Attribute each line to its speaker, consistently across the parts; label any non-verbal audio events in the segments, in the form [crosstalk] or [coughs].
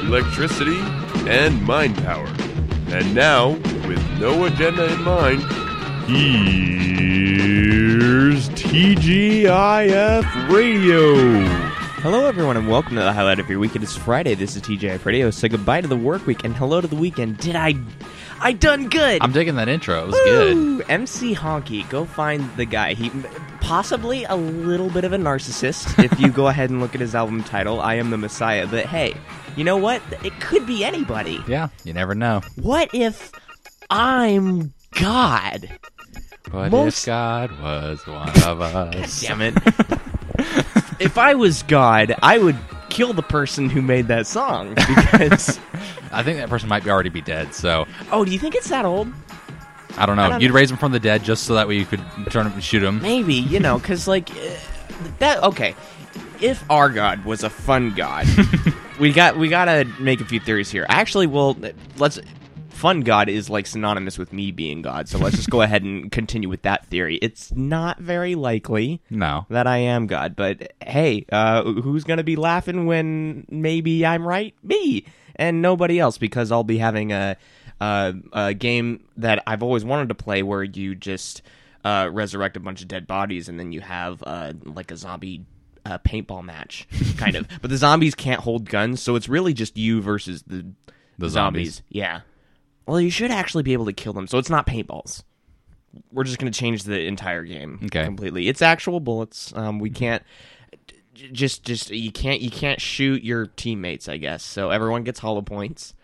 Speaker 1: electricity, and mind power. And now, with no agenda in mind, here's TGIF Radio.
Speaker 2: Hello, everyone, and welcome to the highlight of your week. It is Friday. This is TJF Radio. So goodbye to the work week and hello to the weekend. Did I? I done good.
Speaker 3: I'm digging that intro. It was good.
Speaker 2: Woo! MC Honky, go find the guy. He possibly a little bit of a
Speaker 3: [laughs]
Speaker 2: narcissist. if you go ahead and look at his album title, "I Am the Messiah," but hey, you know what? It could be anybody.
Speaker 3: Yeah, you never know.
Speaker 2: What if I'm God?
Speaker 3: What
Speaker 2: Most-
Speaker 3: if God was one of us?
Speaker 2: Damn
Speaker 3: [laughs]
Speaker 2: it! if I was God, I would kill the person who made that song
Speaker 3: [laughs]
Speaker 2: because.
Speaker 3: I think that person might be already be dead. So
Speaker 2: oh, do you think it's that old?
Speaker 3: I don't know.
Speaker 2: I don't-
Speaker 3: You'd raise him from the dead just so that way you could turn him and shoot him.
Speaker 2: Maybe, you know, because, like, uh, that, okay. If our God was a fun God, we got, we gotta make a few theories here. Actually, well, let's, fun God is, like, synonymous with me being God, so let's just go ahead and continue with that theory. It's not very likely
Speaker 3: No.
Speaker 2: that I am God, but hey, uh, who's gonna be laughing when maybe I'm right? Me! And nobody else, because I'll be having a, a, a game that I've always wanted to play where you just uh, resurrect a bunch of dead bodies and then you have uh, like a zombie. uh paintball
Speaker 3: [laughs]
Speaker 2: match, kind of, but the zombies can't hold guns, so it's really just you versus the
Speaker 3: The zombies.
Speaker 2: Yeah. Well, you should actually be able to kill them, so it's not paintballs we're just going to change the entire game
Speaker 3: Okay.
Speaker 2: completely. It's actual bullets. Um, we can't j- just just you can't you can't shoot your teammates. I guess so. Everyone gets hollow
Speaker 3: [laughs]
Speaker 2: points,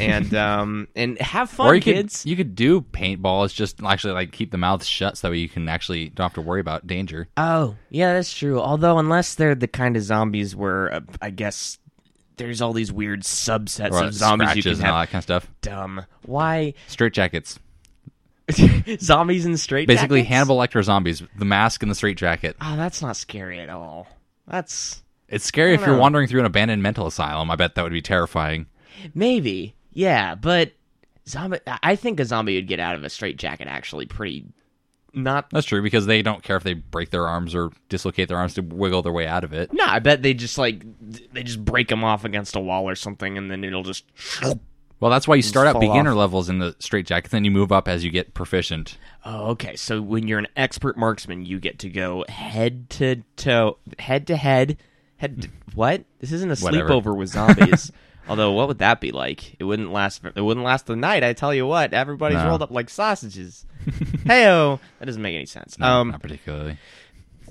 Speaker 2: and um and have fun,
Speaker 3: Or you
Speaker 2: kids.
Speaker 3: could you could do paintballs, just actually like keep the mouths shut so that way you can actually don't have to worry about danger.
Speaker 2: Oh, yeah, that's true. Although, unless they're the kind of zombies where uh, I guess there's all these weird subsets
Speaker 3: Or
Speaker 2: of zombies you
Speaker 3: scratches
Speaker 2: can
Speaker 3: and
Speaker 2: have.
Speaker 3: all that kind of stuff.
Speaker 2: Dumb. Why [laughs]
Speaker 3: Straight jackets.
Speaker 2: zombies in straight?
Speaker 3: Basically
Speaker 2: jackets?
Speaker 3: Hannibal Lecter zombies, the mask and the straight jacket.
Speaker 2: Oh, that's not scary at all. That's
Speaker 3: It's scary if
Speaker 2: don't
Speaker 3: you're
Speaker 2: know.
Speaker 3: wandering through an abandoned mental asylum. I bet that would be terrifying.
Speaker 2: Maybe. Yeah, but zombie I think a zombie would get out of a straitjacket actually pretty not
Speaker 3: That's true because they don't care if they break their arms or dislocate their arms to wiggle their way out of it.
Speaker 2: No, I bet they just like they just break them off against a wall or something and then it'll just
Speaker 3: Well, that's why you start out
Speaker 2: fall
Speaker 3: beginner
Speaker 2: off.
Speaker 3: levels in the straight jacket, then you move up as you get
Speaker 2: [laughs]
Speaker 3: proficient.
Speaker 2: Oh, okay. So when you're an expert marksman, you get to go head to toe, head to head, head to, what? This isn't a
Speaker 3: Whatever.
Speaker 2: sleepover with zombies. [laughs] Although, what would that be like? It wouldn't last. It wouldn't last the night. I tell you what, everybody's
Speaker 3: No.
Speaker 2: rolled up like sausages. [laughs] Heyo, that doesn't make any sense. um,
Speaker 3: Not particularly.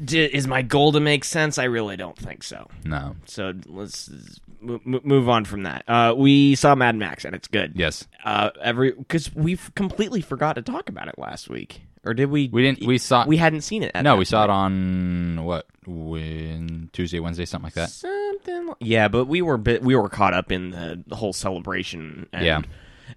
Speaker 2: D- is my goal to make sense? I really don't think so.
Speaker 3: No.
Speaker 2: So let's m- m- move on from that. Uh, we saw Mad Max and it's good.
Speaker 3: Yes.
Speaker 2: Uh, every because we f- completely forgot to talk about it last week, or did we?
Speaker 3: We didn't- we saw-
Speaker 2: We hadn't seen it. At
Speaker 3: No,
Speaker 2: that
Speaker 3: we saw it on what? When Tuesday, Wednesday, something like that.
Speaker 2: something. li- Yeah, but we were bit, we were caught up in the, the whole celebration. And,
Speaker 3: Yeah.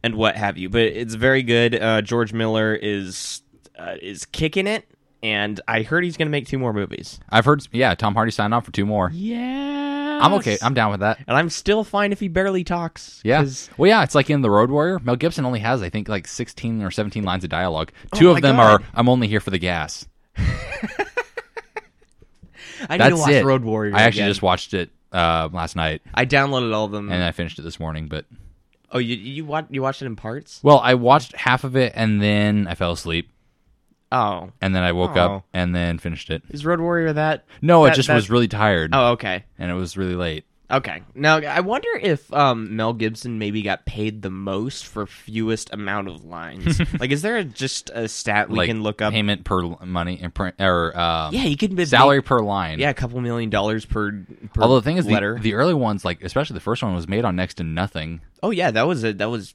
Speaker 2: and what have you? But it's very good. Uh, George Miller is uh, is kicking it, and I heard he's going to make two more movies.
Speaker 3: I've heard yeah, Tom Hardy signed on for two more.
Speaker 2: Yeah,
Speaker 3: I'm okay. I'm down with that.
Speaker 2: and I'm still fine if he barely talks.
Speaker 3: Yeah.
Speaker 2: 'cause-
Speaker 3: Well, yeah, it's like in The Road Warrior. Mel Gibson only has, I think, like 16 or 17 lines of dialogue. Two
Speaker 2: Oh my
Speaker 3: of them
Speaker 2: God.
Speaker 3: are, I'm only here for the gas.
Speaker 2: I need
Speaker 3: That's
Speaker 2: to watch
Speaker 3: it.
Speaker 2: Road Warrior.
Speaker 3: I actually
Speaker 2: again. Mm.
Speaker 3: just watched it uh, last night
Speaker 2: I downloaded all of them.
Speaker 3: and I finished it this morning, but
Speaker 2: oh, you you watched you watched it in parts?
Speaker 3: Well, I watched half of it and then I fell asleep
Speaker 2: Oh,
Speaker 3: and then I woke
Speaker 2: Oh.
Speaker 3: up and then finished it.
Speaker 2: is Road Warrior that?
Speaker 3: No, I
Speaker 2: that-
Speaker 3: just
Speaker 2: that-
Speaker 3: was really tired
Speaker 2: Oh, okay,
Speaker 3: and it was really late.
Speaker 2: okay. Now I wonder if um, Mel Gibson maybe got paid the most for fewest amount of
Speaker 3: [laughs]
Speaker 2: lines. like, is there a, just a stat we
Speaker 3: like
Speaker 2: can look up?
Speaker 3: payment per l- money and per, or um,
Speaker 2: yeah, you could make-
Speaker 3: salary per line.
Speaker 2: Yeah, a couple million dollars per. per
Speaker 3: Although the thing is,
Speaker 2: letter.
Speaker 3: the, the early ones, like especially the first one, was made on next to nothing.
Speaker 2: oh yeah, that was a that was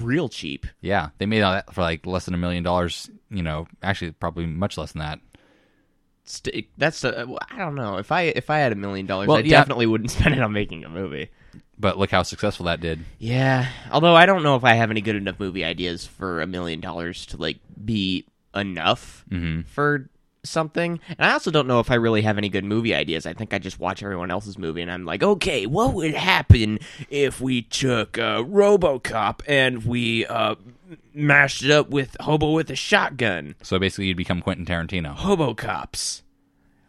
Speaker 2: real cheap.
Speaker 3: Yeah, they made all that for like less than a million dollars. You know, actually probably much less than that.
Speaker 2: St- that's a, I don't know if I if I had a million dollars,
Speaker 3: Well,
Speaker 2: I [laughs]
Speaker 3: yeah.
Speaker 2: definitely wouldn't spend it on making a movie.
Speaker 3: But look how successful that did.
Speaker 2: Yeah. Although I don't know if I have any good enough movie ideas for a million dollars to like be enough for something. And I also don't know if I really have any good movie ideas. I think I just watch everyone else's movie and I'm like, okay, what would happen if we took uh, RoboCop and we uh, mashed it up with Hobo with a Shotgun?
Speaker 3: So basically, you'd become Quentin
Speaker 2: [gasps]
Speaker 3: Tarantino.
Speaker 2: Hobocops.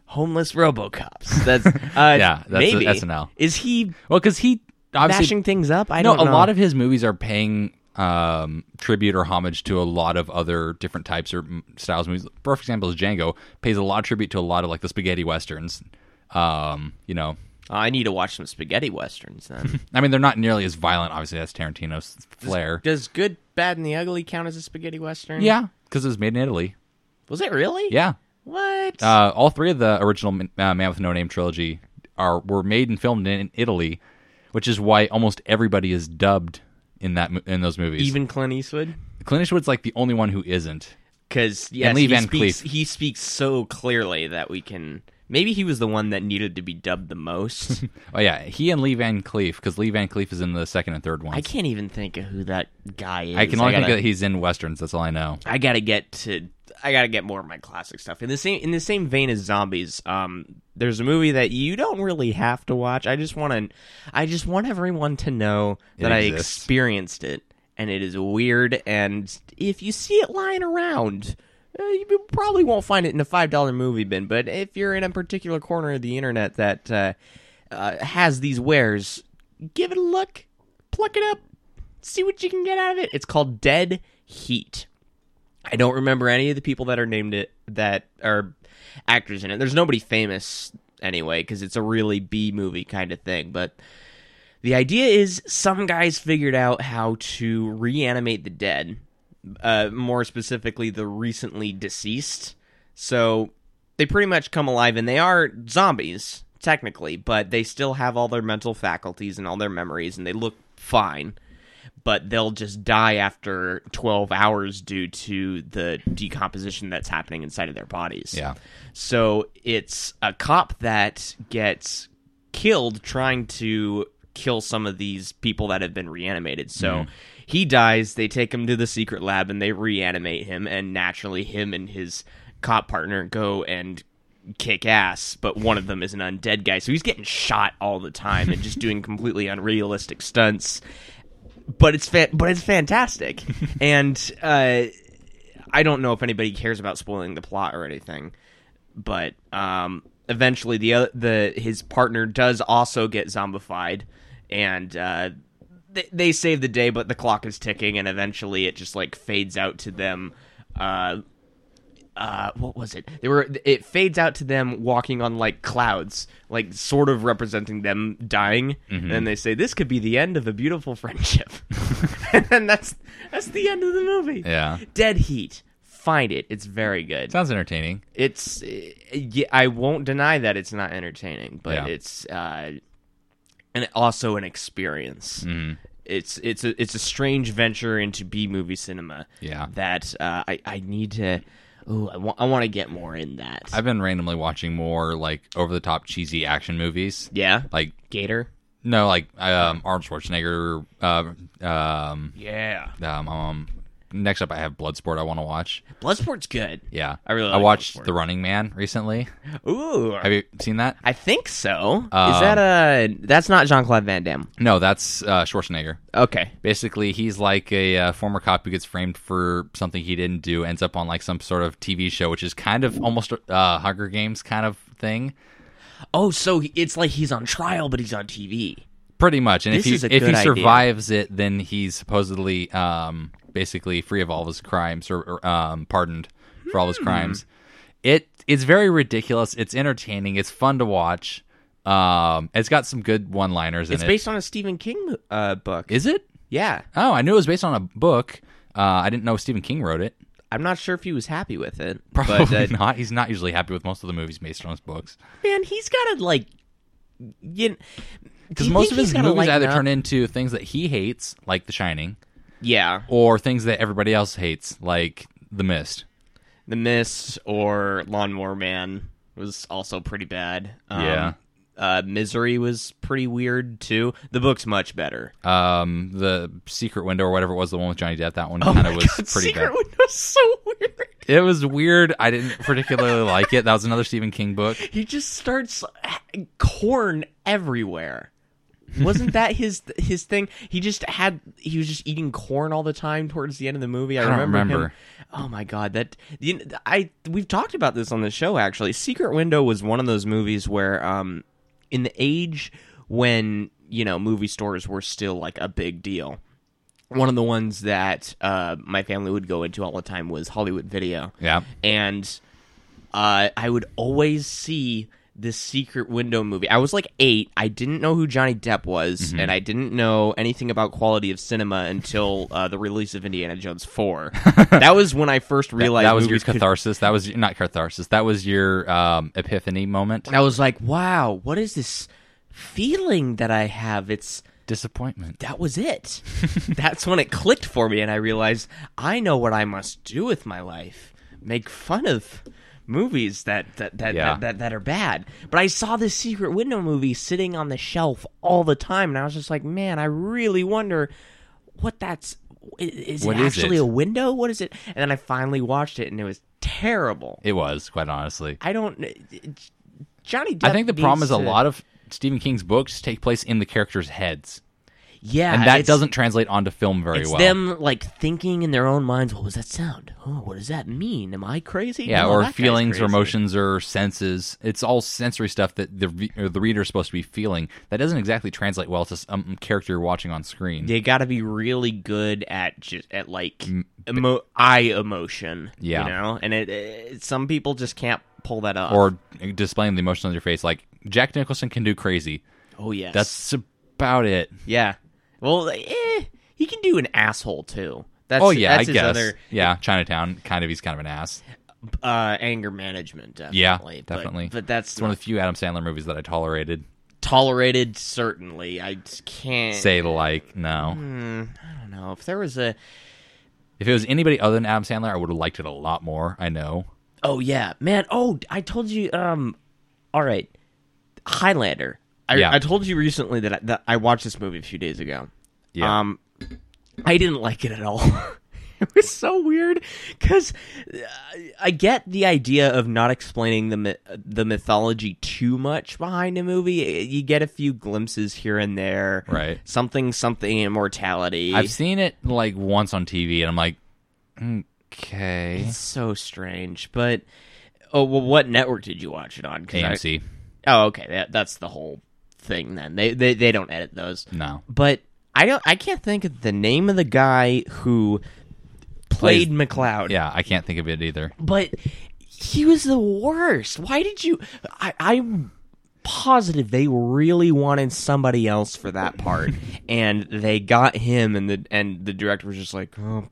Speaker 2: Homeless Robocops.
Speaker 3: [laughs]
Speaker 2: That's uh,
Speaker 3: Yeah, that's a-
Speaker 2: maybe.
Speaker 3: that's an L.
Speaker 2: Is he
Speaker 3: Well, because he obviously
Speaker 2: mashing things up? I
Speaker 3: no,
Speaker 2: don't know.
Speaker 3: a lot of his movies are paying um, tribute or homage to a lot of other different types or mm, styles of movies. Perfect example is Django pays a lot of tribute to a lot of like the spaghetti westerns. Um, you know,
Speaker 2: Oh, I need to watch some spaghetti westerns then.
Speaker 3: [laughs] I mean they're not nearly as violent. Obviously, that's Tarantino's flair.
Speaker 2: Does Good, Bad, and the Ugly count as a spaghetti western?
Speaker 3: Yeah, because it was made in Italy.
Speaker 2: Was it really?
Speaker 3: Yeah,
Speaker 2: What?
Speaker 3: uh, all three of the original Man- uh, Man with No Name trilogy are were made and filmed in Italy, which is why almost everybody is dubbed in that mo- in those movies.
Speaker 2: Even Clint Eastwood?
Speaker 3: Clint Eastwood's like the only one who isn't.
Speaker 2: Because yes,
Speaker 3: Lee
Speaker 2: he,
Speaker 3: Van
Speaker 2: speaks,
Speaker 3: Cleef.
Speaker 2: he speaks so clearly that we can. Maybe he was the one that needed to be dubbed the
Speaker 3: [laughs]
Speaker 2: most.
Speaker 3: Oh yeah, he and Lee Van Cleef because Lee Van Cleef is in the second and third ones.
Speaker 2: I can't even think of who that guy is.
Speaker 3: I can only
Speaker 2: gotta,
Speaker 3: think that he's in westerns. That's all I know.
Speaker 2: I gotta get to. I gotta get more of my classic stuff. In the same in the same vein as zombies, um, there's a movie that you don't really have to watch. I just want to. I just want everyone to know that I
Speaker 3: exists.
Speaker 2: experienced it, and it is weird. And if you see it lying around. Uh, you probably won't find it in a five dollar movie bin, but if you're in a particular corner of the internet that uh, uh, has these wares, give it a look, pluck it up, see what you can get out of it. It's called Dead Heat. I don't remember any of the people that are named it that are actors in it. There's nobody famous anyway because it's a really B movie kind of thing. But the idea is some guys figured out how to reanimate the dead, uh, more specifically the recently deceased. So they pretty much come alive and they are zombies technically, but they still have all their mental faculties and all their memories and they look fine but they'll just die after 12 hours due to the decomposition that's happening inside of their bodies.
Speaker 3: Yeah.
Speaker 2: So it's a cop that gets killed trying to kill some of these people that have been reanimated. So he dies, they take him to the secret lab and they reanimate him and naturally him and his cop partner go and kick ass, but one of them is an undead guy. So he's getting shot all the time and just doing completely unrealistic stunts but it's fa- but it's fantastic, and uh, I don't know if anybody cares about spoiling the plot or anything, but um, eventually the oth- the his partner does also get zombified, and uh, they, they save the day, but the clock is ticking, and eventually it just like fades out to them. Uh, uh, what was it? They were. It fades out to them walking on like clouds, like sort of representing them dying, and then they say, "This could be the end of a beautiful friendship," [laughs] and then that's that's the end of the movie.
Speaker 3: Yeah.
Speaker 2: Dead Heat. Find it. It's very good.
Speaker 3: Sounds entertaining.
Speaker 2: It's. uh, yeah, I won't deny that it's not entertaining, but
Speaker 3: Yeah.
Speaker 2: it's uh, and also an experience. It's it's a it's a strange venture into B movie cinema.
Speaker 3: Yeah.
Speaker 2: That uh, I I need to. Oh, I want I want to get more in that.
Speaker 3: I've been randomly watching more like over the top cheesy action movies.
Speaker 2: yeah.
Speaker 3: Like
Speaker 2: Gator.
Speaker 3: no, like um, Arnold Schwarzenegger. Uh, um,
Speaker 2: Yeah.
Speaker 3: um, um, next up, I have Bloodsport. I want to watch.
Speaker 2: Bloodsport's good.
Speaker 3: Yeah,
Speaker 2: I really
Speaker 3: I
Speaker 2: like
Speaker 3: watched
Speaker 2: Bloodsport.
Speaker 3: The Running Man recently.
Speaker 2: Ooh.
Speaker 3: Have you seen that?
Speaker 2: I think so. Is that a? That's not Jean Claude Van Damme.
Speaker 3: No, that's uh, Schwarzenegger.
Speaker 2: Okay.
Speaker 3: basically he's like a uh, former cop who gets framed for something he didn't do ends up on like some sort of tv show which is kind of almost uh hunger games kind of thing
Speaker 2: Oh, so he- it's like he's on trial, but he's on TV.
Speaker 3: pretty much and
Speaker 2: This
Speaker 3: if
Speaker 2: is
Speaker 3: he
Speaker 2: a
Speaker 3: if
Speaker 2: good
Speaker 3: he
Speaker 2: idea.
Speaker 3: survives it then he's supposedly um basically free of all of his crimes or, or, um pardoned for all his
Speaker 2: Hmm.
Speaker 3: crimes it it's very ridiculous it's entertaining it's fun to watch um it's got some good one liners in
Speaker 2: It's
Speaker 3: it
Speaker 2: based on a Stephen King mo- uh, book.
Speaker 3: is it
Speaker 2: yeah,
Speaker 3: oh i knew it was based on a book uh i didn't know stephen king wrote it
Speaker 2: I'm not sure if he was happy with it.
Speaker 3: Probably
Speaker 2: but, uh,
Speaker 3: not. He's not usually happy with most of the movies based on his books.
Speaker 2: Man, he's got to like, you
Speaker 3: Because most of his movies either turn into things that he hates, like The Shining,
Speaker 2: yeah,
Speaker 3: or things that everybody else hates, like The Mist.
Speaker 2: The Mist or Lawnmower Man was also pretty bad. Um,
Speaker 3: Yeah.
Speaker 2: Uh, Misery was pretty weird too. The book's much better.
Speaker 3: Um, the Secret Window or whatever it was, the one with Johnny
Speaker 2: [laughs]
Speaker 3: Depp. That one kind of was pretty
Speaker 2: Oh Secret
Speaker 3: bad.
Speaker 2: Window's so [laughs] weird.
Speaker 3: It was weird. I
Speaker 2: [laughs]
Speaker 3: didn't particularly like it. That was another Stephen King book.
Speaker 2: He just starts corn everywhere. Wasn't that his his thing? He just had he was just eating corn all the time towards the end of the movie. I,
Speaker 3: I don't
Speaker 2: him-
Speaker 3: remember.
Speaker 2: Oh my god, that you kn- I we've talked about this on the show actually. Secret Window was one of those movies where um in the age when, you know, movie stores were still like a big deal. One of the ones that uh, my family would go into all the time was Hollywood Video
Speaker 3: Yeah.
Speaker 2: and uh, I would always see this secret window movie. I was like eight. I didn't know who Johnny Depp was,
Speaker 3: Mm-hmm.
Speaker 2: and I didn't know anything about quality of cinema until uh, the release of Indiana Jones
Speaker 3: [laughs]
Speaker 2: Four. that was when I first realized
Speaker 3: that was your
Speaker 2: movies could-
Speaker 3: catharsis. That was not catharsis. That was your um, epiphany moment.
Speaker 2: I was like, wow, what is this feeling that I have? It's
Speaker 3: Disappointment.
Speaker 2: that was
Speaker 3: [laughs]
Speaker 2: it. That's when it clicked for me, and I realized I know what I must do with my life: make fun of movies that that that,
Speaker 3: Yeah.
Speaker 2: that, that that are bad. But I saw this Secret Window movie sitting on the shelf all the time, and I was just like, man, I really wonder what that's. i- Is
Speaker 3: What
Speaker 2: it
Speaker 3: is
Speaker 2: actually
Speaker 3: it?
Speaker 2: a window? What is it? And then I finally watched it, and it was terrible.
Speaker 3: It was quite honestly.
Speaker 2: I don't. uh, Johnny. Depp
Speaker 3: I think the problem is
Speaker 2: needs
Speaker 3: a
Speaker 2: to-
Speaker 3: lot of Stephen King's books take place in the characters' heads,
Speaker 2: Yeah,
Speaker 3: and that
Speaker 2: it's-
Speaker 3: doesn't translate onto film very
Speaker 2: it's
Speaker 3: well.
Speaker 2: them like thinking in their own minds, what was that sound? Oh, what does that mean? Am I crazy?
Speaker 3: yeah,
Speaker 2: No,
Speaker 3: or
Speaker 2: that guy's
Speaker 3: feelings or
Speaker 2: crazy.
Speaker 3: emotions or senses. It's all sensory stuff that the re- or the reader's supposed to be feeling. That doesn't exactly translate well to some character you're watching on screen.
Speaker 2: They got to be really good at just at like emo- eye emotion.
Speaker 3: Yeah.
Speaker 2: you know, and it, it some people just can't pull that up.
Speaker 3: Or displaying the emotion on your face, like Jack Nicholson can do crazy.
Speaker 2: oh yes,
Speaker 3: That's about it.
Speaker 2: yeah. Well, eh, he can do an asshole too. That's
Speaker 3: oh yeah,
Speaker 2: that's his
Speaker 3: I guess.
Speaker 2: other
Speaker 3: yeah, Chinatown. Kind of, he's kind of an ass.
Speaker 2: uh, anger management. Definitely.
Speaker 3: Yeah,
Speaker 2: But-
Speaker 3: definitely.
Speaker 2: But, that's
Speaker 3: It's one of the few Adam Sandler movies that I tolerated.
Speaker 2: tolerated. Certainly, I just can't
Speaker 3: Say like
Speaker 2: Mm.
Speaker 3: no.
Speaker 2: I don't know if there was a
Speaker 3: If it was anybody other than Adam Sandler, I would have liked it a lot more. I know.
Speaker 2: Oh yeah, man. Oh, I told you. Um, all right, Highlander. I,
Speaker 3: Yeah.
Speaker 2: I told you recently that I, that I watched this movie a few days ago.
Speaker 3: Yeah.
Speaker 2: Um, I didn't like it at all. [laughs] it was so weird because I get the idea of not explaining the myth- the mythology too much behind a movie. You get a few glimpses here and there,
Speaker 3: Right.
Speaker 2: Something, something, immortality.
Speaker 3: I've seen it like once on TV, and I'm like, okay,
Speaker 2: It's so strange, but oh, well, what network did you watch it on? 'Cause I-
Speaker 3: AMC.
Speaker 2: Oh, okay. That, that's the whole thing then. They, they they don't edit those.
Speaker 3: No,
Speaker 2: But I don't I can't think of the name of the guy who
Speaker 3: Plays-
Speaker 2: played McLeod.
Speaker 3: yeah, I can't think of it either.
Speaker 2: But he was the worst. Why did you I I'm positive they really wanted somebody else for that [laughs] part and they got him and the and the director was just like, "Oh,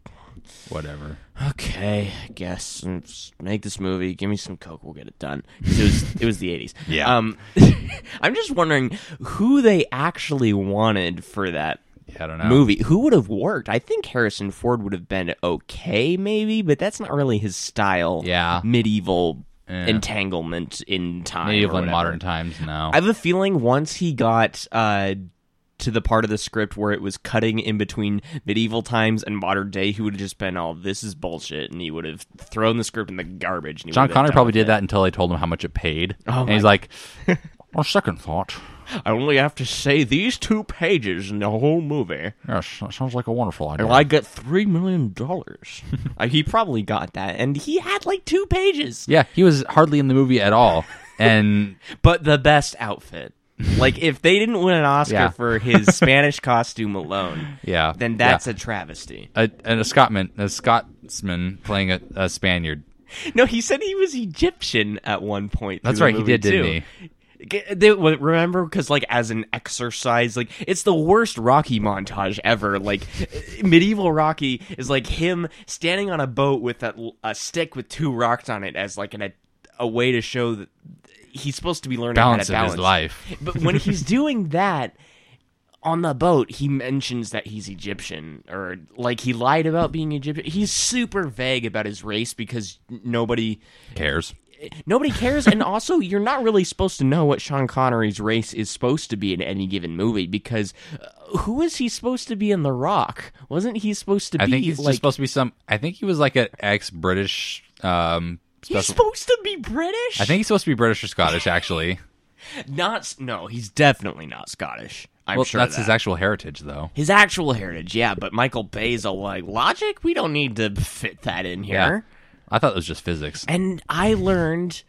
Speaker 3: Whatever.
Speaker 2: okay, I guess mm, s- make this movie. Give me some coke, we'll get it done. 'Cause It
Speaker 3: [laughs]
Speaker 2: was it was the eighties.
Speaker 3: Yeah.
Speaker 2: Um, [laughs] I'm just wondering who they actually wanted for that
Speaker 3: Yeah, I don't know.
Speaker 2: movie. Who would have worked? I think Harrison Ford would have been okay, maybe, but that's not really his style.
Speaker 3: Yeah.
Speaker 2: Medieval
Speaker 3: Yeah.
Speaker 2: entanglement in time.
Speaker 3: Medieval
Speaker 2: or
Speaker 3: and
Speaker 2: whatever.
Speaker 3: modern times. No.
Speaker 2: I have a feeling once he got uh, to the part of the script where it was cutting in between medieval times and modern day, he would have just been all, "This is bullshit," and he would have thrown the script in the garbage. And he
Speaker 3: John
Speaker 2: would have been
Speaker 3: Connor
Speaker 2: done
Speaker 3: probably
Speaker 2: with
Speaker 3: did
Speaker 2: it.
Speaker 3: that until they told him how much it paid,
Speaker 2: Oh
Speaker 3: and
Speaker 2: my-
Speaker 3: he's [laughs] like, on second thought,
Speaker 2: I only have to say these two pages in the whole movie,
Speaker 3: yeah, s- sounds like a wonderful idea.
Speaker 2: and I get three million
Speaker 3: [laughs]
Speaker 2: dollars. Uh, he probably got that, and he had like two pages,
Speaker 3: yeah, he was hardly in the movie at [laughs] all, and
Speaker 2: but the best outfit. Like if they didn't win an Oscar
Speaker 3: Yeah.
Speaker 2: for his
Speaker 3: [laughs]
Speaker 2: Spanish costume alone,
Speaker 3: Yeah.
Speaker 2: then that's a travesty.
Speaker 3: a and a Scotman, a Scotsman playing a, a Spaniard.
Speaker 2: No, he said he was Egyptian at one point.
Speaker 3: That's
Speaker 2: through
Speaker 3: right,
Speaker 2: the
Speaker 3: he
Speaker 2: movie,
Speaker 3: did, didn't
Speaker 2: too. G- They, well, remember, because like as an exercise, like it's the worst Rocky montage ever. Like medieval Rocky is like him standing on a boat with a, a stick with two rocks on it as like an, a, a way to show that he's supposed to be learning
Speaker 3: Balance
Speaker 2: how
Speaker 3: of
Speaker 2: to
Speaker 3: his life.
Speaker 2: [laughs] but when he's doing that on the boat, he mentions that he's Egyptian or like he lied about being Egyptian. He's super vague about his race because nobody
Speaker 3: Cares.
Speaker 2: nobody cares, and also you're not really supposed to know what Sean Connery's race is supposed to be in any given movie because uh, who is he supposed to be in The Rock? Wasn't he supposed to
Speaker 3: I
Speaker 2: be
Speaker 3: think he's
Speaker 2: like
Speaker 3: just supposed to be some. I think he was like an ex British. Um,
Speaker 2: he's
Speaker 3: special.
Speaker 2: supposed to be British?
Speaker 3: I think he's supposed to be British or
Speaker 2: [laughs]
Speaker 3: Scottish. Actually,
Speaker 2: not. s- No, he's definitely not Scottish. I'm
Speaker 3: well,
Speaker 2: sure
Speaker 3: that's
Speaker 2: of
Speaker 3: his
Speaker 2: that.
Speaker 3: actual heritage, though.
Speaker 2: his actual heritage, yeah. But Michael Bay's all like logic. We don't need to fit that in here.
Speaker 3: I thought it was just physics.
Speaker 2: And I learned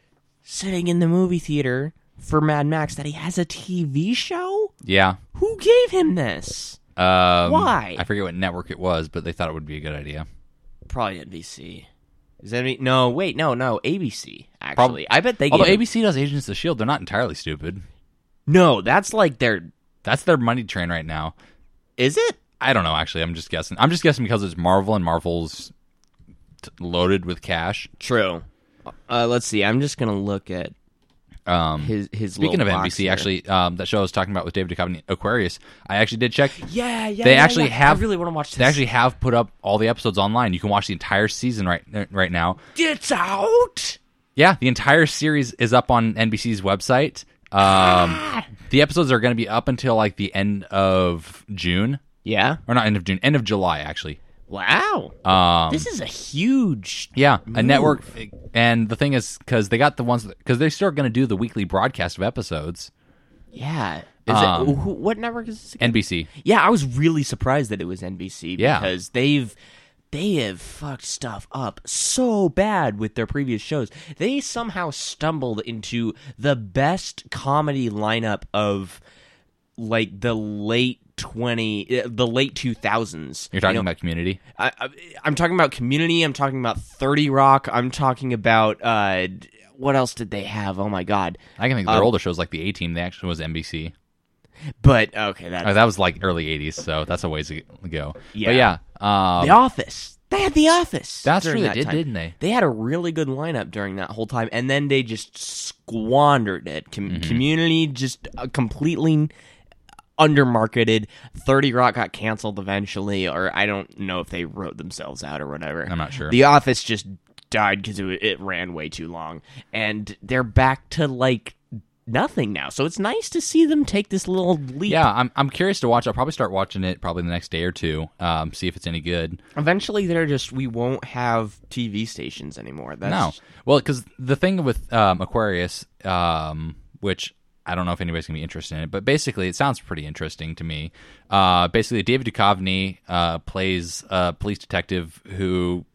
Speaker 2: sitting in the movie theater for Mad Max that he has a TV show?
Speaker 3: Yeah.
Speaker 2: Who gave him this?
Speaker 3: Um,
Speaker 2: Why?
Speaker 3: I forget what network it was, but they thought it would be a good idea.
Speaker 2: Probably NBC. Is that any- no? Wait, no, no. ABC. Actually,
Speaker 3: Probably-
Speaker 2: I bet they.
Speaker 3: Although
Speaker 2: gave him-
Speaker 3: ABC does Agents of Shield, E they're not entirely stupid.
Speaker 2: No, that's like their.
Speaker 3: That's their money train right now.
Speaker 2: Is it?
Speaker 3: I don't know. Actually, I'm just guessing. I'm just guessing because it's Marvel and Marvel's t- loaded with cash.
Speaker 2: True. Uh, let's see. I'm just gonna look at
Speaker 3: Um,
Speaker 2: his his.
Speaker 3: Speaking of
Speaker 2: little box
Speaker 3: NBC,
Speaker 2: here.
Speaker 3: actually, um, that show I was talking about with David Duchovny, Aquarius, I actually did check.
Speaker 2: Yeah, yeah.
Speaker 3: they
Speaker 2: yeah,
Speaker 3: actually
Speaker 2: yeah.
Speaker 3: have.
Speaker 2: I really want to watch this.
Speaker 3: They actually have put up all the episodes online. You can watch the entire season right right now.
Speaker 2: gets out.
Speaker 3: Yeah, the entire series is up on NBC's website. Um, the episodes are going to be up until like the end of June,
Speaker 2: Yeah.
Speaker 3: or not end of June, end of July actually.
Speaker 2: Wow.
Speaker 3: Um,
Speaker 2: this is a huge.
Speaker 3: Yeah, a
Speaker 2: Ooh.
Speaker 3: network. And the thing is, because they got the ones because they're still going to do the weekly broadcast of episodes.
Speaker 2: Yeah. Is
Speaker 3: Um,
Speaker 2: it, who, what network is this? Again?
Speaker 3: NBC.
Speaker 2: Yeah, I was really surprised that it was NBC
Speaker 3: Yeah.
Speaker 2: because they've they have fucked stuff up so bad with their previous shows. They somehow stumbled into the best comedy lineup of like the late 20 uh, the late 2000s.
Speaker 3: You're talking
Speaker 2: You know,
Speaker 3: about Community.
Speaker 2: I, I, I'm talking about Community. I'm talking about 30 Rock. I'm talking about uh, d- what else did they have? Oh my god!
Speaker 3: I can think of their older shows like the A Team. They actually was NBC.
Speaker 2: But okay, that's
Speaker 3: Oh, that was like early '80s, so that's a ways ago.
Speaker 2: Yeah.
Speaker 3: But yeah, um,
Speaker 2: The Office. They had The Office.
Speaker 3: That's
Speaker 2: during
Speaker 3: true, they
Speaker 2: that
Speaker 3: did,
Speaker 2: time.
Speaker 3: didn't they?
Speaker 2: They had a really good lineup during that whole time, and then they just squandered it. Com-
Speaker 3: Mm-hmm.
Speaker 2: Community just uh, completely undermarketed. Thirty Rock got canceled eventually, or I don't know if they wrote themselves out or whatever.
Speaker 3: I'm not sure.
Speaker 2: The Office just died because it, wa- it ran way too long, and they're back to like nothing now. So it's nice to see them take this little leap.
Speaker 3: yeah, I'm I'm curious to watch. I'll probably start watching it probably the next day or two. Um, see if it's any good.
Speaker 2: Eventually, they're just we won't have TV stations anymore. That's
Speaker 3: No, well, because the thing with um, Aquarius, um, which I don't know if anybody's gonna be interested in it, but basically it sounds pretty interesting to me. Uh, basically, David Duchovny uh, plays a police detective who.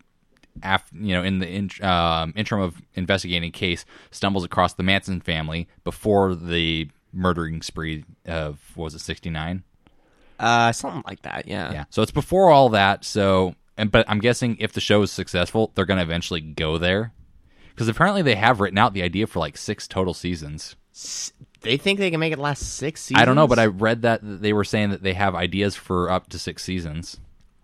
Speaker 3: Af, you know, in the in, um, interim of investigating a case, stumbles across the Manson family before the murdering spree of what was it sixty nine?
Speaker 2: Uh, something like that. Yeah.
Speaker 3: Yeah. So it's before all that. So, and but I'm guessing if the show is successful, they're going to eventually go there because apparently they have written out the idea for like six total seasons.
Speaker 2: They think they can make it last six seasons.
Speaker 3: I don't know, but I read that they were saying that they have ideas for up to six seasons.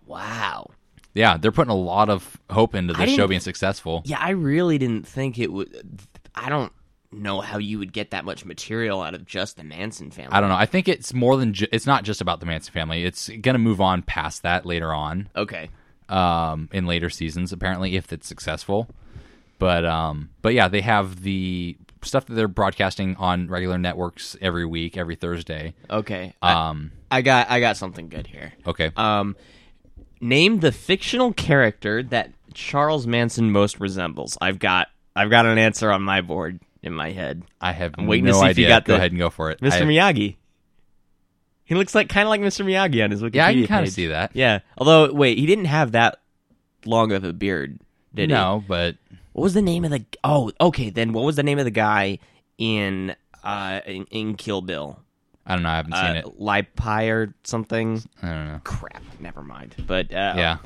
Speaker 2: wow.
Speaker 3: Yeah, they're putting a lot of hope into
Speaker 2: I
Speaker 3: this show
Speaker 2: didn't-
Speaker 3: being successful.
Speaker 2: Yeah, I really didn't think it would. I don't know how you would get that much material out of just the Manson family.
Speaker 3: I don't know. I think it's more than ju- it's not just about the Manson family. It's going to move on past that later on.
Speaker 2: Okay.
Speaker 3: um, in later seasons, apparently, if it's successful. But um, but yeah, they have the stuff that they're broadcasting on regular networks every week, every Thursday.
Speaker 2: Okay. I,
Speaker 3: Um,
Speaker 2: I got. I got something good here.
Speaker 3: okay,
Speaker 2: Um, name the fictional character that Charles Manson most resembles. I've got. I've got an answer on my board in my head.
Speaker 3: I have
Speaker 2: I'm waiting to
Speaker 3: no
Speaker 2: see if you
Speaker 3: idea.
Speaker 2: got
Speaker 3: go
Speaker 2: the-
Speaker 3: ahead and go for it,
Speaker 2: Mr.
Speaker 3: I-
Speaker 2: Miyagi. He looks like kind of like Mr. Miyagi on his Wikipedia.
Speaker 3: Yeah, I can kind
Speaker 2: page.
Speaker 3: of see that.
Speaker 2: Yeah. Although, wait, he didn't have that long of a beard, did he?
Speaker 3: no, but
Speaker 2: What was the name of the? Oh, okay. Then what was the name of the guy in uh in, in Kill Bill?
Speaker 3: I don't know. I haven't seen
Speaker 2: Uh,
Speaker 3: it.
Speaker 2: Lipai or something.
Speaker 3: I don't know.
Speaker 2: Crap. Never mind. But uh,
Speaker 3: Yeah,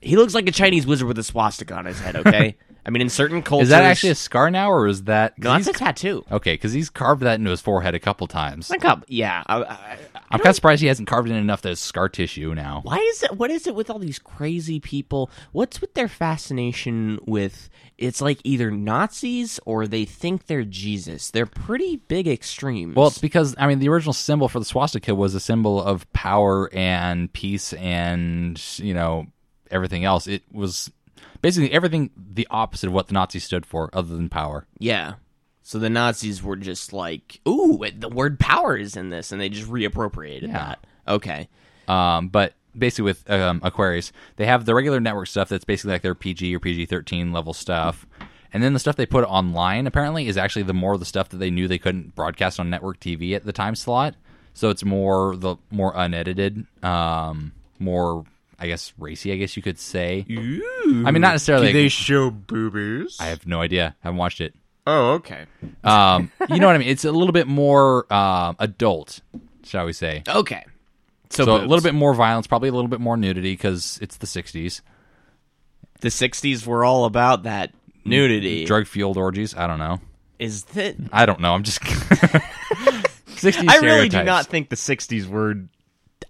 Speaker 2: he looks like a Chinese wizard with a swastika on his head.
Speaker 3: [laughs]
Speaker 2: Okay. I mean, in certain cultures,
Speaker 3: is that actually a scar now, or is that? 'cause
Speaker 2: no, that's a
Speaker 3: he's- Oh.
Speaker 2: tattoo.
Speaker 3: okay, because he's carved that into his forehead a couple times.
Speaker 2: It's like a- yeah. I, I,
Speaker 3: I'm kind of surprised he hasn't carved it enough that it's scar tissue now.
Speaker 2: why is it what is it with all these crazy people what's with their fascination with it's like either nazis or they think they're jesus they're pretty big extremes
Speaker 3: Well, it's because I mean the original symbol for the swastika was a symbol of power and peace and you know everything else. It was basically everything the opposite of what the Nazis stood for, other than power.
Speaker 2: Yeah. So the Nazis were just like, ooh, the word power is in this, and they just reappropriated that. Okay.
Speaker 3: Um, but basically, with um, Aquarius, they have the regular network stuff that's basically like their PG or PG 13 level stuff. And then the stuff they put online, apparently, is actually the more of the stuff that they knew they couldn't broadcast on network TV at the time slot. So it's more the more unedited, um, more, I guess, racy, I guess you could say. I mean, not necessarily.
Speaker 4: Do they show boobies?
Speaker 3: I have no idea. I haven't watched it.
Speaker 4: Oh, okay.
Speaker 3: Um, [laughs] you know what I mean? It's a little bit more um adult, shall we say.
Speaker 2: Okay. So,
Speaker 3: So, a little bit more violence, probably a little bit more nudity because it's the 60s.
Speaker 2: The 60s were all about that nudity.
Speaker 3: Drug fueled orgies. I don't know.
Speaker 2: is
Speaker 3: [laughs]
Speaker 2: that.
Speaker 3: I don't know.
Speaker 2: [laughs]
Speaker 3: I'm just. 60s
Speaker 2: I really do
Speaker 3: stereotypes.
Speaker 2: not think the 60s were.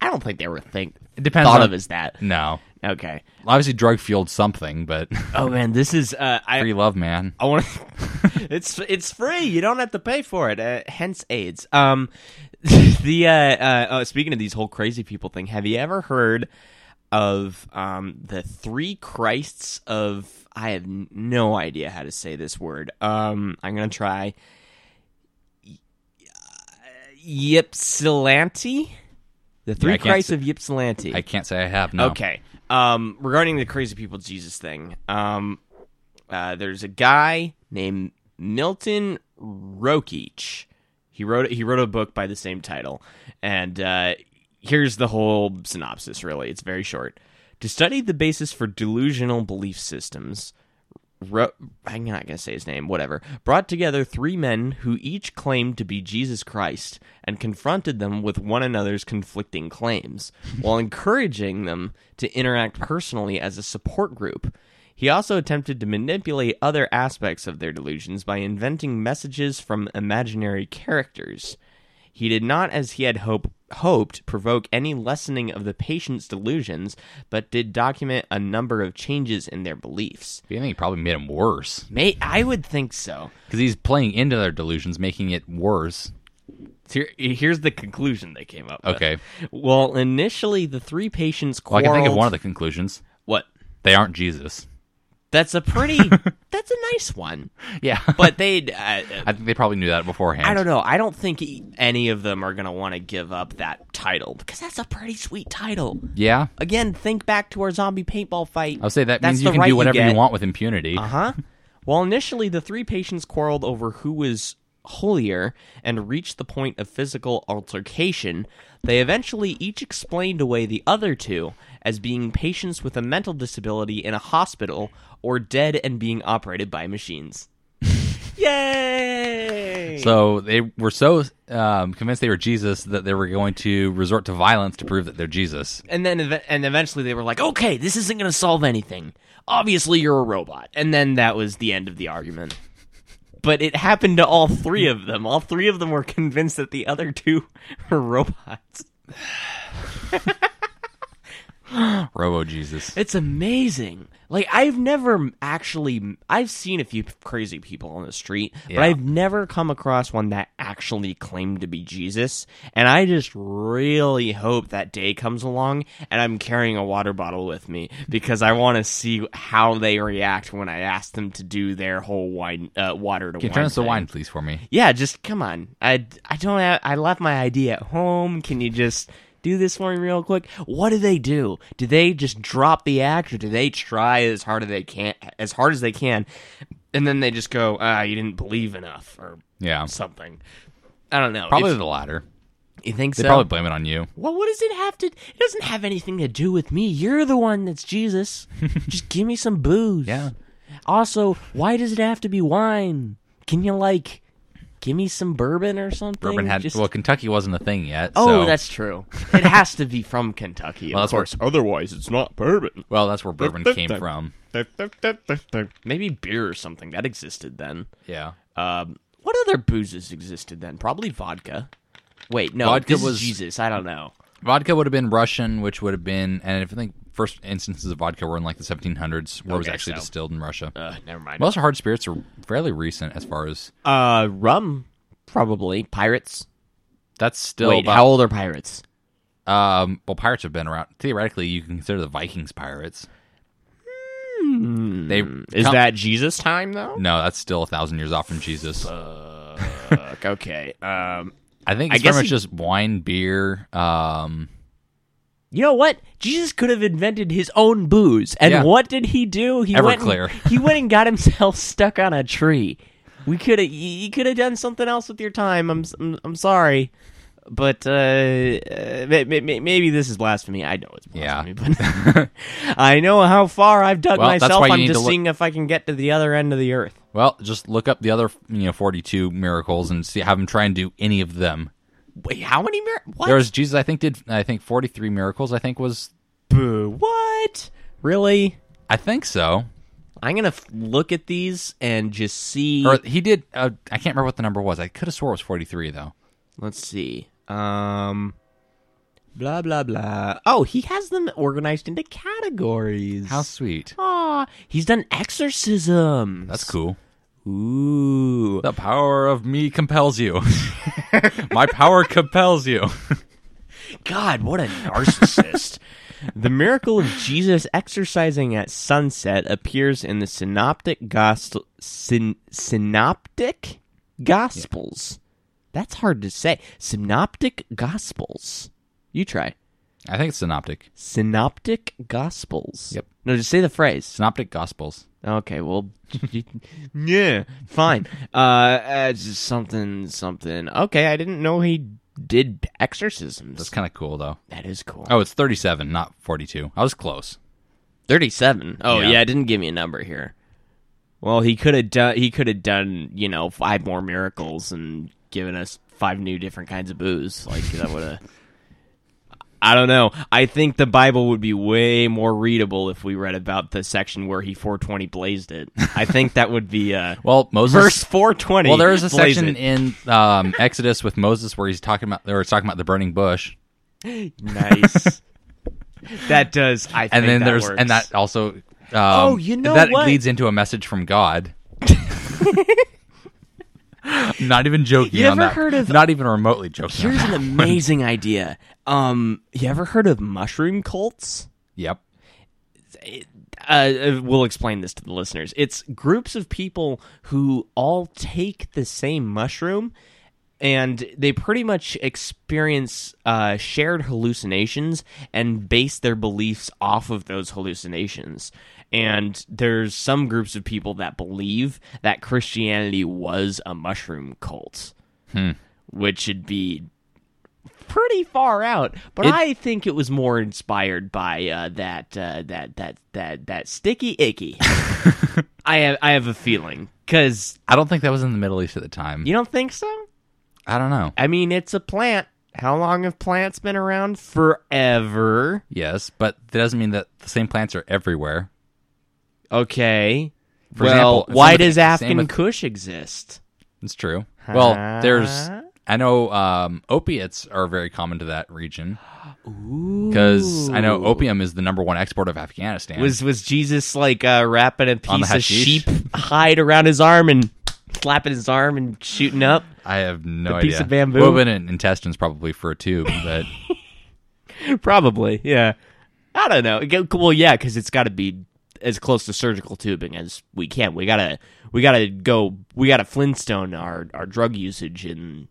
Speaker 2: I don't think they were think,
Speaker 3: It depends
Speaker 2: thought
Speaker 3: on-
Speaker 2: of as that.
Speaker 3: No.
Speaker 2: Okay.
Speaker 3: Obviously, drug fueled something, but
Speaker 2: Oh, man, this is. Uh, I,
Speaker 3: [laughs] free love, man.
Speaker 2: I want to. [laughs] it's it's free. You don't have to pay for it. Uh, hence AIDS. Um, [laughs] the uh, uh oh, speaking of these whole crazy people thing, have you ever heard of um the three Christs of? I have n- no idea how to say this word. Um, I'm gonna try. uh, Ypsilanti, the three
Speaker 3: I can't
Speaker 2: Christs
Speaker 3: say-
Speaker 2: of Ypsilanti.
Speaker 3: I can't say I have. No.
Speaker 2: Okay. Um, regarding the crazy people Jesus thing, um, uh, there's a guy named Milton Rokich. He wrote he wrote a book by the same title, and uh, here's the whole synopsis. Really, it's very short. To study the basis for delusional belief systems, Ro- I'm not going to say his name, whatever, brought together three men who each claimed to be Jesus Christ and confronted them with one another's conflicting claims, while encouraging them to interact personally as a support group. He also attempted to manipulate other aspects of their delusions by inventing messages from imaginary characters. He did not, as he had hope, hoped, provoke any lessening of the patient's delusions, but did document a number of changes in their beliefs.
Speaker 3: I think it probably made him worse
Speaker 2: May I would think so.
Speaker 3: because he's playing into their delusions, making it worse.
Speaker 2: Here- here's the conclusion they came up. with.
Speaker 3: Okay.
Speaker 2: Well, initially the three patients
Speaker 3: Well, I
Speaker 2: quarreled.
Speaker 3: can think of one of the conclusions.
Speaker 2: what?
Speaker 3: They aren't Jesus.
Speaker 2: That's a
Speaker 3: [laughs]
Speaker 2: pretty. that's a nice one.
Speaker 3: Yeah. [laughs]
Speaker 2: But they. Uh,
Speaker 3: I think they probably knew that beforehand.
Speaker 2: I don't know. I don't think e- any of them are gonna want to give up that title because that's a pretty sweet title.
Speaker 3: Yeah.
Speaker 2: Again, think back to our zombie paintball fight.
Speaker 3: I would say that
Speaker 2: That's
Speaker 3: means
Speaker 2: the
Speaker 3: you can
Speaker 2: right
Speaker 3: do whatever you,
Speaker 2: get.
Speaker 3: want with impunity.
Speaker 2: Uh huh. [laughs] While initially the three patients quarreled over who was holier and reached the point of physical altercation, they eventually each explained away the other two as being patients with a mental disability in a hospital or dead and being operated by machines. Yay!
Speaker 3: So they were so um, convinced they were Jesus that they were going to resort to violence to prove that they're Jesus.
Speaker 2: and then ev- and eventually they were like, "Okay, this isn't going to solve anything. Obviously, you're a robot." And then that was the end of the argument. But it happened to all three of them. All three of them were convinced that the other two [laughs] were robots.
Speaker 3: Robo Jesus.
Speaker 2: It's amazing. Like I've never m- actually m- I've seen a few p- crazy people on the street,
Speaker 3: Yeah.
Speaker 2: but I've never come across one that actually claimed to be Jesus. And I just really hope that day comes along and I'm carrying a water bottle with me because I want to see how they react when I ask them to do their whole wine uh, water to
Speaker 3: Can you
Speaker 2: wine.
Speaker 3: turn us the
Speaker 2: thing.
Speaker 3: wine, please, for me?
Speaker 2: Yeah, just come on. I I don't have, I left my ID at home. Can you just do this for me real quick? What do they do? Do they just drop the act, or do they try as hard as they can, as hard as they can, and then they just go, "Ah, you didn't believe enough," or
Speaker 3: Yeah.
Speaker 2: something. I don't know.
Speaker 3: Probably
Speaker 2: It's-
Speaker 3: the latter.
Speaker 2: you think
Speaker 3: They
Speaker 2: so.
Speaker 3: probably blame it on you.
Speaker 2: well, what does it have to? It doesn't have anything to do with me. You're the one that's
Speaker 3: [laughs]
Speaker 2: Jesus. just give me some booze.
Speaker 3: Yeah.
Speaker 2: Also, why does it have to be wine? Can you like give me some bourbon or something?
Speaker 3: Bourbon had
Speaker 2: Just-
Speaker 3: well, Kentucky wasn't a thing yet.
Speaker 2: oh,
Speaker 3: so-
Speaker 2: that's true. It has to be from Kentucky. of
Speaker 3: Well, that's where-
Speaker 2: course.
Speaker 4: Otherwise, it's not bourbon.
Speaker 3: well, that's where bourbon came from.
Speaker 2: Maybe beer or something that existed then.
Speaker 3: Yeah. Uh,
Speaker 2: Um, what other boozes existed then? Probably vodka. Wait, no,
Speaker 3: Vodka
Speaker 2: this is
Speaker 3: was-
Speaker 2: Jesus. I don't know.
Speaker 3: Vodka would have been Russian, which would have been, and I think first instances of vodka were in like the 1700s, where it was
Speaker 2: Okay,
Speaker 3: actually
Speaker 2: so-
Speaker 3: distilled in Russia.
Speaker 2: Uh, never mind.
Speaker 3: Most hard spirits are fairly recent, as far as
Speaker 2: uh, rum, probably pirates.
Speaker 3: that's still.
Speaker 2: Wait,
Speaker 3: about-
Speaker 2: how old are pirates?
Speaker 3: Um, well, pirates have been around. Theoretically, you can consider the Vikings pirates.
Speaker 2: Hmm.
Speaker 3: They
Speaker 2: Is
Speaker 3: come-
Speaker 2: that Jesus time though?
Speaker 3: no? That's still a thousand years off from Jesus.
Speaker 2: Fuck, okay. Um,
Speaker 3: I think
Speaker 2: I
Speaker 3: it's
Speaker 2: guess
Speaker 3: pretty much
Speaker 2: he-
Speaker 3: just wine, beer. Um,
Speaker 2: you know what? Jesus could have invented his own booze, and
Speaker 3: Yeah.
Speaker 2: what did he do? He went.
Speaker 3: Everclear.
Speaker 2: And, [laughs] he went and got himself [laughs] stuck on a tree. We could have. You could have done something else with your time. I'm. s- I'm, I'm sorry, but uh, uh, may, may, may- maybe this is blasphemy. I know it's
Speaker 3: Yeah.
Speaker 2: blasphemy, but [laughs] I know how far I've dug
Speaker 3: Well, that's
Speaker 2: myself.
Speaker 3: why you
Speaker 2: I'm
Speaker 3: need to
Speaker 2: just
Speaker 3: look-
Speaker 2: seeing if I can get to the other end of the earth.
Speaker 3: well, just look up the other you know forty two miracles and see have him try and do any of them.
Speaker 2: Wait, how many mir- what?
Speaker 3: There was Jesus. I think did I think forty three miracles. I think was
Speaker 2: Boo. What? Really?
Speaker 3: I think so.
Speaker 2: I'm gonna f- look at these and just see.
Speaker 3: Or he did. Uh, I can't remember what the number was. I could have swore it was forty three though.
Speaker 2: Let's see. Um, blah blah blah. Oh, he has them organized into categories.
Speaker 3: How sweet.
Speaker 2: Aw, he's done exorcism.
Speaker 3: That's cool.
Speaker 2: Ooh.
Speaker 3: The power of me compels you. [laughs] My power compels you.
Speaker 2: God, what a
Speaker 3: [laughs]
Speaker 2: narcissist. the miracle of Jesus exercising at sunset appears in the synoptic gospel syn- synoptic gospels. That's hard to say. Synoptic gospels. You try.
Speaker 3: I think it's synoptic.
Speaker 2: Synoptic gospels.
Speaker 3: Yep.
Speaker 2: No, just say the phrase.
Speaker 3: Synoptic Gospels.
Speaker 2: Okay, well, [laughs] yeah, fine. Uh, uh, just something, something. Okay, I didn't know he did exorcisms.
Speaker 3: That's kind of cool though.
Speaker 2: that is cool.
Speaker 3: Oh, it's 37, not 42. I was close.
Speaker 2: 37 oh yeah.
Speaker 3: Yeah.
Speaker 2: it didn't give me a number here well he could have done he could have done you know five more miracles and given us five new different kinds of booze like that would have i don't know i think the bible would be way more readable if we read about the section where he 420 blazed it i think that would be uh
Speaker 3: [laughs] Well, Moses.
Speaker 2: verse 420
Speaker 3: well, there is a
Speaker 2: blaze
Speaker 3: section
Speaker 2: it.
Speaker 3: in um, [laughs] Exodus with Moses where he's talking about or it's talking about the burning bush,
Speaker 2: [laughs] nice that does i think
Speaker 3: and then
Speaker 2: that
Speaker 3: there's
Speaker 2: works.
Speaker 3: and that also. Um,
Speaker 2: Oh, you know
Speaker 3: that
Speaker 2: what?
Speaker 3: leads into a message
Speaker 2: [laughs]
Speaker 3: from God. I'm not even joking.
Speaker 2: You
Speaker 3: on
Speaker 2: ever
Speaker 3: that.
Speaker 2: heard of-
Speaker 3: Not even remotely joking. on
Speaker 2: Here's [laughs]
Speaker 3: that.
Speaker 2: an amazing idea. Um, you ever heard of mushroom cults?
Speaker 3: Yep.
Speaker 2: Uh, we'll explain this to the listeners. It's groups of people who all take the same mushroom, and they pretty much experience uh, shared hallucinations and base their beliefs off of those hallucinations. And there's some groups of people that believe that Christianity was a mushroom cult, which should be pretty far out, but
Speaker 3: It-
Speaker 2: I think it was more inspired by uh, that uh, that that that that sticky
Speaker 3: [laughs]
Speaker 2: icky. I have I have a feeling because
Speaker 3: I don't think that was in the Middle East at the time.
Speaker 2: you don't think so.
Speaker 3: I don't know.
Speaker 2: I mean, it's a plant. How long have plants been around? Forever.
Speaker 3: Yes, but that doesn't mean that the same plants are everywhere.
Speaker 2: Okay.
Speaker 3: For
Speaker 2: well,
Speaker 3: example,
Speaker 2: why
Speaker 3: [laughs] same with-
Speaker 2: does Afghan
Speaker 3: same with-
Speaker 2: Kush exist?
Speaker 3: It's true. Well, there's
Speaker 2: Huh?
Speaker 3: I know um, opiates are very common to that region because I know opium is the number one export of Afghanistan.
Speaker 2: Was was Jesus like uh, wrapping a
Speaker 3: On
Speaker 2: piece
Speaker 3: the
Speaker 2: of
Speaker 3: hashish?
Speaker 2: sheep hide around his arm and slapping his arm and shooting up?
Speaker 3: I have no
Speaker 2: the
Speaker 3: idea.
Speaker 2: piece of bamboo?
Speaker 3: Well, been in intestines probably for a tube,
Speaker 2: [laughs]
Speaker 3: but
Speaker 2: Probably, yeah. I don't know. G- Well, yeah, because it's got to be as close to surgical tubing as we can. We gotta, we gotta go. We gotta Flintstone our our drug usage in,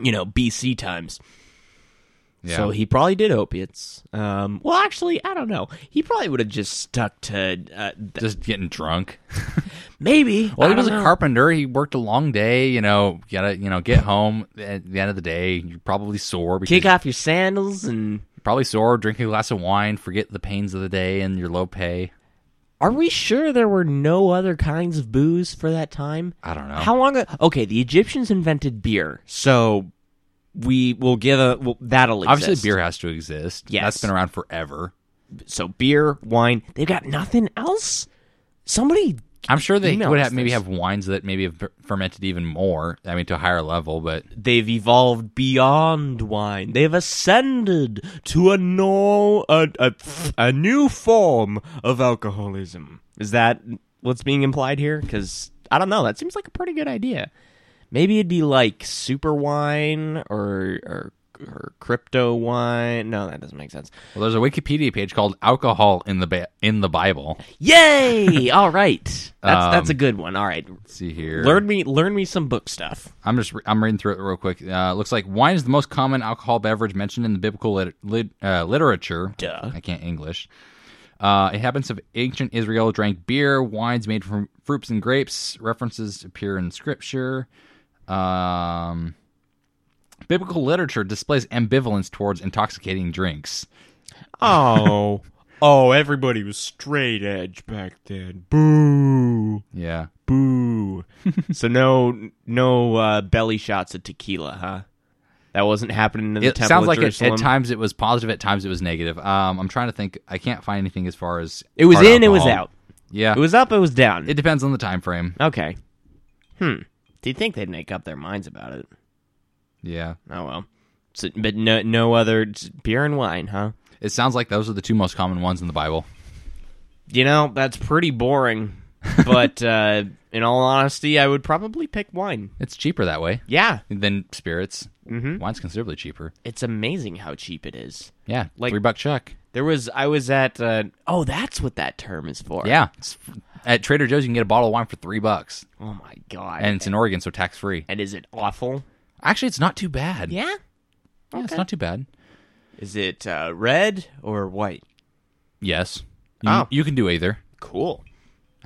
Speaker 2: you know, BC times.
Speaker 3: yeah.
Speaker 2: So he probably did opiates. Um, well, actually, I don't know. He probably would have just stuck to uh, th-
Speaker 3: just
Speaker 2: [laughs]
Speaker 3: getting drunk.
Speaker 2: maybe.
Speaker 3: Well,
Speaker 2: I
Speaker 3: he was a
Speaker 2: don't know.
Speaker 3: carpenter. He worked a long day. You know, gotta you know get home at the end of the day. You're probably sore. Because
Speaker 2: Kick off your sandals and.
Speaker 3: you're Probably sore. Drink a glass of wine. Forget the pains of the day and your low pay.
Speaker 2: Are we sure there were no other kinds of booze for that time?
Speaker 3: I don't know.
Speaker 2: How long? a- Okay, the Egyptians invented beer, so we will give a well, that'll exist.
Speaker 3: Obviously, beer has to exist.
Speaker 2: Yes.
Speaker 3: that's been around forever.
Speaker 2: So beer, wine. They've got nothing else. Somebody.
Speaker 3: I'm sure they
Speaker 2: Email
Speaker 3: would
Speaker 2: us
Speaker 3: have, maybe
Speaker 2: this.
Speaker 3: have wines that maybe have fer- fermented even more. I mean, to a higher level, but
Speaker 2: They've evolved beyond wine. They've ascended to a no a, a, a new form of alcoholism. Is that what's being implied here? Because I don't know. That seems like a pretty good idea. Maybe it'd be like super wine or or or crypto wine. No, that doesn't make sense.
Speaker 3: Well, there's a Wikipedia page called "Alcohol in the ba- in the Bible."
Speaker 2: Yay! All right, that's that's a
Speaker 3: Um,
Speaker 2: good one. All right,
Speaker 3: Let's see here.
Speaker 2: learn me learn me some book stuff.
Speaker 3: I'm just re- I'm reading through it real quick. Uh, looks like wine is the most common alcohol beverage mentioned in the biblical lit- lit- uh, literature.
Speaker 2: Duh.
Speaker 3: I can't English. Uh, inhabitants of ancient Israel drank beer, wines made from fruits and grapes. References appear in scripture. Um, biblical literature displays ambivalence towards intoxicating drinks.
Speaker 4: Oh. oh, everybody was straight edge back then. Boo.
Speaker 3: Yeah.
Speaker 2: Boo! so no no uh, belly shots of tequila, huh? That wasn't happening in the
Speaker 3: It
Speaker 2: temple
Speaker 3: sounds
Speaker 2: of
Speaker 3: like it,
Speaker 2: Jerusalem.
Speaker 3: at times it was positive, at times it was negative. Um, I'm trying to think. I can't find anything as far as
Speaker 2: it was
Speaker 3: hard
Speaker 2: in, it was
Speaker 3: alcohol.
Speaker 2: out.
Speaker 3: Yeah,
Speaker 2: It was up, it was down.
Speaker 3: it depends on the time frame.
Speaker 2: okay. Hmm. Do you think they'd make up their minds about it?
Speaker 3: Yeah.
Speaker 2: Oh well. So, but no no other just beer and wine, huh?
Speaker 3: It sounds like those are the two most common ones in the Bible.
Speaker 2: You know, that's pretty
Speaker 3: [laughs]
Speaker 2: boring. but uh, in all honesty, I would probably pick wine.
Speaker 3: It's cheaper that way
Speaker 2: Yeah,
Speaker 3: than spirits. Mm-hmm. Wine's considerably cheaper.
Speaker 2: it's amazing how cheap it is.
Speaker 3: Yeah,
Speaker 2: Like-
Speaker 3: three buck chuck.
Speaker 2: There was I was at uh, oh that's what that term is for.
Speaker 3: Yeah, it's, at Trader Joe's you can get a bottle of wine for three bucks,
Speaker 2: Oh my god.
Speaker 3: and it's in Oregon, so tax free.
Speaker 2: and is it awful?
Speaker 3: Actually, it's not too bad.
Speaker 2: Yeah.
Speaker 3: Yeah, it's not too bad.
Speaker 2: Is it uh, red or white?
Speaker 3: Yes, you,
Speaker 2: Oh.
Speaker 3: you can do either.
Speaker 2: Cool.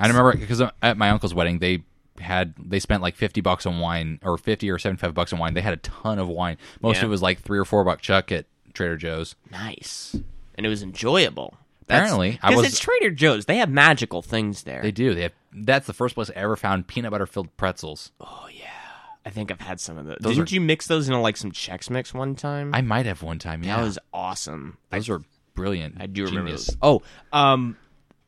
Speaker 3: I remember because at my uncle's wedding they had they spent like 50 bucks on wine or 50 or 75 bucks on wine they had a ton of wine most
Speaker 2: Yeah.
Speaker 3: of it was like three or four buck chuck at trader joe's
Speaker 2: Nice. And it was enjoyable.
Speaker 3: Apparently, I
Speaker 2: because
Speaker 3: was-
Speaker 2: it's Trader Joe's. They have magical things there.
Speaker 3: they do they have that's the first place i ever found peanut butter filled pretzels
Speaker 2: Oh. I think I've had some of those.
Speaker 3: Those
Speaker 2: Didn't
Speaker 3: are-
Speaker 2: you mix those into like some Chex Mix one time?
Speaker 3: I might have one time. Yeah,
Speaker 2: That was awesome.
Speaker 3: those are brilliant.
Speaker 2: I do remember
Speaker 3: Genius.
Speaker 2: those. Oh, um,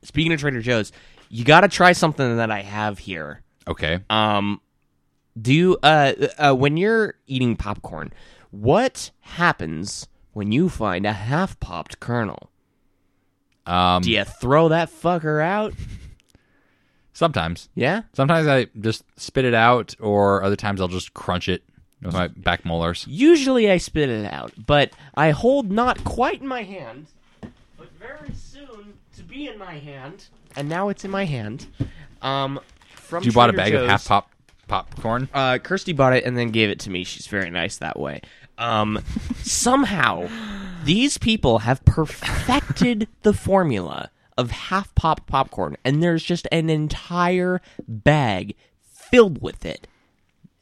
Speaker 2: speaking of Trader Joe's, you got to try something that I have here.
Speaker 3: Okay,
Speaker 2: Um, do you, uh, uh, when you're eating popcorn, what happens when you find a half popped kernel?
Speaker 3: um,
Speaker 2: Do you throw that fucker out?
Speaker 3: sometimes,
Speaker 2: Yeah.
Speaker 3: sometimes I just spit it out, or other times I'll just crunch it with my back molars.
Speaker 2: Usually I spit it out, but I hold not quite in my hand, but very soon to be in my hand, and now it's in my hand. Um, from
Speaker 3: You bought a
Speaker 2: Trader
Speaker 3: bag of
Speaker 2: Joe's.
Speaker 3: half pop popcorn.
Speaker 2: Uh, Kirsty bought it and then gave it to me. She's very nice that way. Um, somehow, these people have perfected
Speaker 3: [laughs]
Speaker 2: the formula of half pop popcorn, and there's just an entire bag filled with it,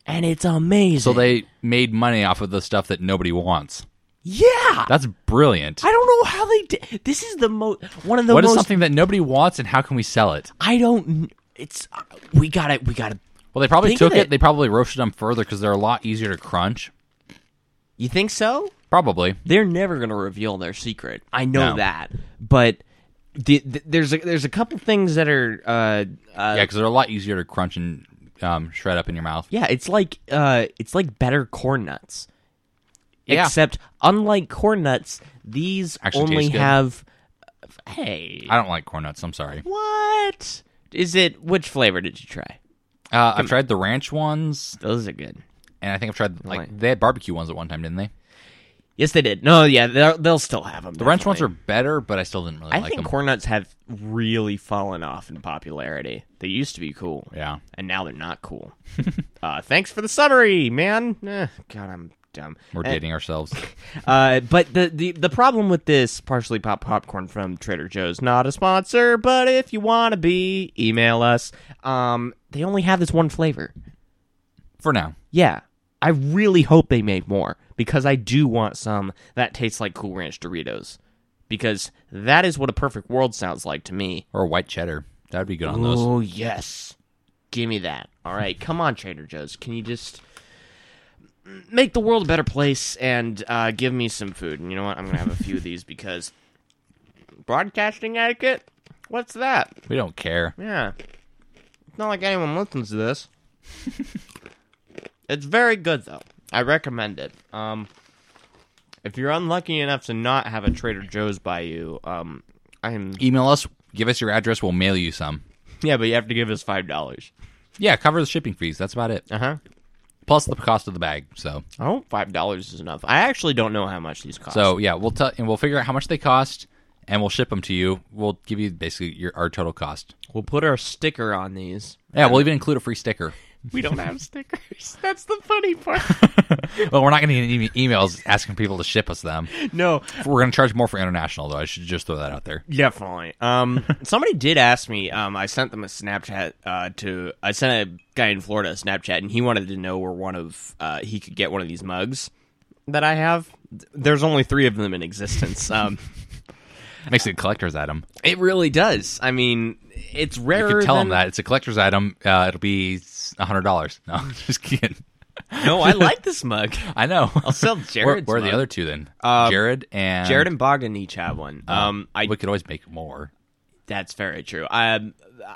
Speaker 2: and it's amazing.
Speaker 3: So they made money off of the stuff that nobody wants.
Speaker 2: yeah.
Speaker 3: That's brilliant.
Speaker 2: I don't know how they did. This is the most one of the
Speaker 3: What is
Speaker 2: most.
Speaker 3: something that nobody wants, and how can we sell it?
Speaker 2: I don't. kn- It's uh, we got to We got to.
Speaker 3: Well, they probably
Speaker 2: Think
Speaker 3: took
Speaker 2: of
Speaker 3: it.
Speaker 2: it.
Speaker 3: They probably roasted them further because they're a lot easier to crunch.
Speaker 2: You think so?
Speaker 3: Probably.
Speaker 2: They're never going to reveal their secret. I know
Speaker 3: No.
Speaker 2: that, but the, the, there's a, there's a couple things that are. Uh, uh,
Speaker 3: yeah, because they're a lot easier to crunch and um, shred up in your mouth.
Speaker 2: yeah, it's like uh, it's like better corn nuts.
Speaker 3: Yeah.
Speaker 2: Except unlike corn nuts, these
Speaker 3: Actually
Speaker 2: only
Speaker 3: taste good.
Speaker 2: have. Hey,
Speaker 3: I don't like corn nuts. I'm sorry.
Speaker 2: what is it? Which flavor did you try?
Speaker 3: Uh, I've tried the ranch ones.
Speaker 2: Those are good.
Speaker 3: And I think I've tried like
Speaker 2: Right.
Speaker 3: they had barbecue ones at one time, didn't they?
Speaker 2: Yes, they did. No, yeah, they'll, they'll still have them.
Speaker 3: The ranch ones are better, but I still didn't really
Speaker 2: I
Speaker 3: like
Speaker 2: think
Speaker 3: them.
Speaker 2: corn nuts have really fallen off in popularity. They used to be cool,
Speaker 3: yeah,
Speaker 2: and now they're not cool. uh, thanks for the summary, man. Eh, God, I'm dumb.
Speaker 3: we're
Speaker 2: Eh,
Speaker 3: dating ourselves.
Speaker 2: Uh, but the, the the problem with this partially pop popcorn from Trader Joe's, not a sponsor, but if you want to be, email us. Um, they only have this one flavor.
Speaker 3: For now,
Speaker 2: Yeah. I really hope they make more because I do want some that tastes like Cool Ranch Doritos. Because that is what a perfect world sounds like to me.
Speaker 3: or white cheddar. That'd be good on those.
Speaker 2: Oh, yes. Give me that. All right. Come on, Trader Joe's. Can you just make the world a better place and uh, give me some food? And you know what? I'm going to have a few of these because broadcasting etiquette? What's that?
Speaker 3: We don't care.
Speaker 2: Yeah. It's not like anyone listens to this. it's very good though. I recommend it. Um if you're unlucky enough to not have a Trader Joe's by you, um I'm
Speaker 3: Email us. Give us your address. We'll mail you some.
Speaker 2: Yeah, but you have to give us five dollars.
Speaker 3: Yeah, cover the shipping fees. That's about it.
Speaker 2: Uh-huh.
Speaker 3: plus the cost of the bag. So
Speaker 2: Oh, five dollars is enough. I actually don't know how much these cost.
Speaker 3: so yeah, we'll tell and we'll figure out how much they cost, and we'll ship them to you. We'll give you basically your our total cost.
Speaker 2: we'll put our sticker on these.
Speaker 3: Yeah, we'll even include a free sticker.
Speaker 2: We don't have stickers. [laughs] That's the funny part.
Speaker 3: well, we're not going to get any emails asking people to ship us them.
Speaker 2: [laughs] no,
Speaker 3: We're going to charge more for international, though. I should just throw that out there.
Speaker 2: Definitely. [laughs] Um, somebody did ask me. Um, I sent them a Snapchat uh, to. I sent a guy in Florida a Snapchat, and he wanted to know where one of uh, he could get one of these mugs that I have. Th- There's only three of them in [laughs] existence. Um,
Speaker 3: Makes it a collector's item.
Speaker 2: it really does. I mean, it's
Speaker 3: You
Speaker 2: rare.
Speaker 3: can tell them
Speaker 2: than-
Speaker 3: that it's a collector's item. Uh, it'll be hundred dollars. No, [laughs] just kidding.
Speaker 2: No, [laughs] I like this mug.
Speaker 3: I know.
Speaker 2: I'll sell
Speaker 3: [laughs] Where,
Speaker 2: Jared's.
Speaker 3: where are the
Speaker 2: mug.
Speaker 3: other two then?
Speaker 2: Uh,
Speaker 3: Jared and
Speaker 2: Jared and Bogdan each have one. Um, I
Speaker 3: we could always make more.
Speaker 2: that's very true. I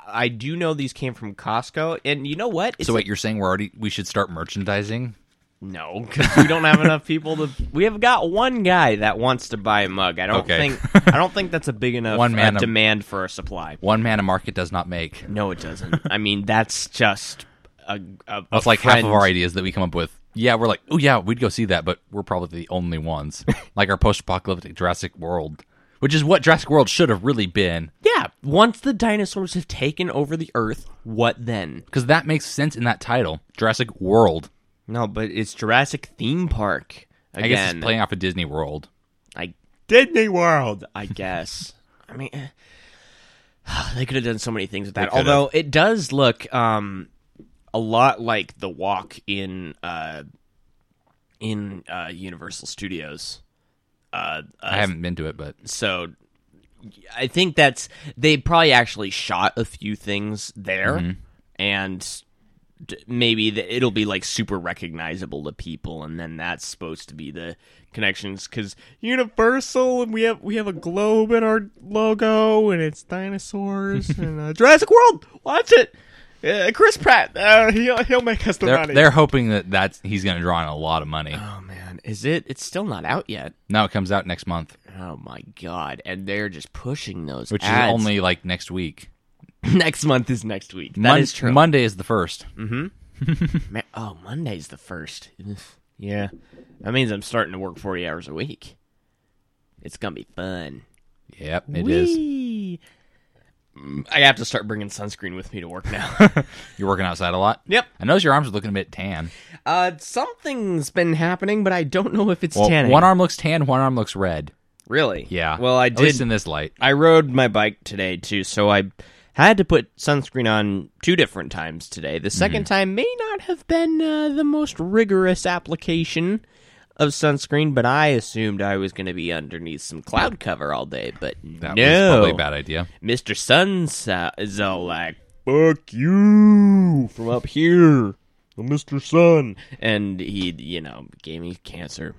Speaker 2: I do know these came from Costco, and you know what? It's
Speaker 3: So
Speaker 2: a-
Speaker 3: wait, you're saying we're already we should start merchandising?
Speaker 2: No, because we don't have enough people to. [laughs] We have got one guy that wants to buy a mug. I don't
Speaker 3: Okay.
Speaker 2: think. I don't think that's a
Speaker 3: [laughs]
Speaker 2: big enough
Speaker 3: One
Speaker 2: uh,
Speaker 3: man a-
Speaker 2: demand for a supply.
Speaker 3: One man a market does not make.
Speaker 2: No, it
Speaker 3: [laughs]
Speaker 2: doesn't. I mean, that's just a. a,
Speaker 3: That's
Speaker 2: a
Speaker 3: like half
Speaker 2: friend.
Speaker 3: of our ideas that we come up with. Yeah, we're like, oh yeah, we'd go see that, but we're probably the
Speaker 2: [laughs]
Speaker 3: only ones. like our post-apocalyptic Jurassic World, which is what Jurassic World should have really been,
Speaker 2: Yeah, once the dinosaurs have taken over the Earth, what then?
Speaker 3: because that makes sense in that title, Jurassic World.
Speaker 2: No, but it's Jurassic theme park again.
Speaker 3: I guess it's playing off of Disney World.
Speaker 2: I Disney World. [laughs] I guess. I mean, eh. [sighs] they could have done so many things with that.
Speaker 3: could've.
Speaker 2: Although it does look um, a lot like the walk in uh, in uh, Universal Studios. Uh, uh,
Speaker 3: I haven't been to it, but
Speaker 2: so I think that's they probably actually shot a few things there,
Speaker 3: Mm-hmm.
Speaker 2: and d- maybe the, it'll be like super recognizable to people, and then that's supposed to be the connections because
Speaker 4: Universal, and we have we have a globe in our logo, and it's
Speaker 3: [laughs]
Speaker 4: dinosaurs and uh, Jurassic World. Watch it, uh, Chris Pratt. Uh, he'll he'll make us the
Speaker 3: they're
Speaker 4: money.
Speaker 3: they're hoping that that's he's going to draw in a lot of money.
Speaker 2: oh man, is it? It's still not out yet.
Speaker 3: Now it comes out next month,
Speaker 2: Oh my god, and they're just pushing those.
Speaker 3: which
Speaker 2: ads.
Speaker 3: is only like next week.
Speaker 2: [coughs] next month is next week. That is
Speaker 3: Mon-
Speaker 2: true. Mm.
Speaker 3: Monday is the first.
Speaker 2: Ma- oh, Monday's the first. yeah, that means I'm starting to work 40 hours a week. It's gonna be fun.
Speaker 3: Yep, it is.
Speaker 2: Whee! Mm, I have to start bringing sunscreen with me to work
Speaker 3: [laughs]
Speaker 2: now.
Speaker 3: You're working outside a lot.
Speaker 2: Yep.
Speaker 3: I notice your arms are looking a bit tan.
Speaker 2: uh, something's been happening, but I don't know if it's
Speaker 3: Well,
Speaker 2: tanning.
Speaker 3: one arm looks tan, one arm looks red.
Speaker 2: really?
Speaker 3: Yeah.
Speaker 2: Well, I
Speaker 3: At least
Speaker 2: did.
Speaker 3: in this light.
Speaker 2: I rode my bike today too, so I had to put sunscreen on two different times today. The 2nd time may not have been uh, the most rigorous application of sunscreen, but I assumed I was going to be underneath some cloud cover all day. But
Speaker 3: That was
Speaker 2: no,
Speaker 3: probably a
Speaker 2: [laughs]
Speaker 3: bad idea.
Speaker 2: Mr. Sun sa- is all like
Speaker 4: Fuck you
Speaker 2: from up here,
Speaker 4: Mr. Sun.
Speaker 2: and he, you know, gave me cancer.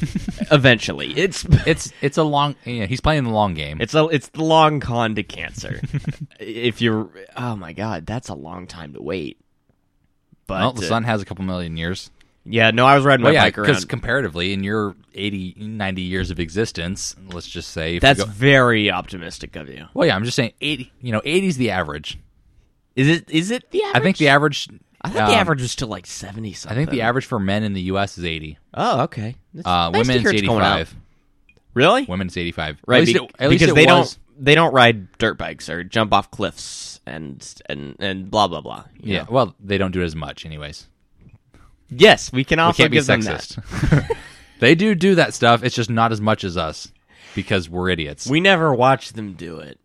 Speaker 2: [laughs] Eventually, it's
Speaker 3: It's it's a long. Yeah, he's playing the long game.
Speaker 2: It's a, it's the long con to cancer. [laughs] if you're, oh my god, that's a long time to wait. But
Speaker 3: well, the
Speaker 2: uh,
Speaker 3: sun has a couple million years.
Speaker 2: yeah, no, I was riding my
Speaker 3: Well, yeah,
Speaker 2: bike
Speaker 3: because
Speaker 2: around.
Speaker 3: comparatively, in your 80, 90 years of existence, let's just say if you
Speaker 2: that's
Speaker 3: go-
Speaker 2: very optimistic of you.
Speaker 3: well, yeah. I'm just saying, eighty. You know, eighty is the average.
Speaker 2: Is it? Is it the? Average?
Speaker 3: I think the average. um,
Speaker 2: I thought the average was still like seventy
Speaker 3: I
Speaker 2: something.
Speaker 3: think the average for men in the U.S. is eighty.
Speaker 2: Oh, okay. That's nice
Speaker 3: Uh,
Speaker 2: to
Speaker 3: women
Speaker 2: hear
Speaker 3: is
Speaker 2: it's going out.
Speaker 3: eighty-five.
Speaker 2: Really?
Speaker 3: Women is eighty-five.
Speaker 2: right?
Speaker 3: At least
Speaker 2: be-
Speaker 3: it- at least
Speaker 2: because
Speaker 3: it
Speaker 2: they
Speaker 3: was-
Speaker 2: don't they don't ride dirt bikes or jump off cliffs and and and blah blah blah. you
Speaker 3: Yeah.
Speaker 2: know?
Speaker 3: Well, they don't do it as much, anyways.
Speaker 2: Yes, we can
Speaker 3: We
Speaker 2: also
Speaker 3: can't be
Speaker 2: give them that.
Speaker 3: sexist. [laughs] they do do that stuff. It's just not as much as us because we're idiots.
Speaker 2: We never watch them do it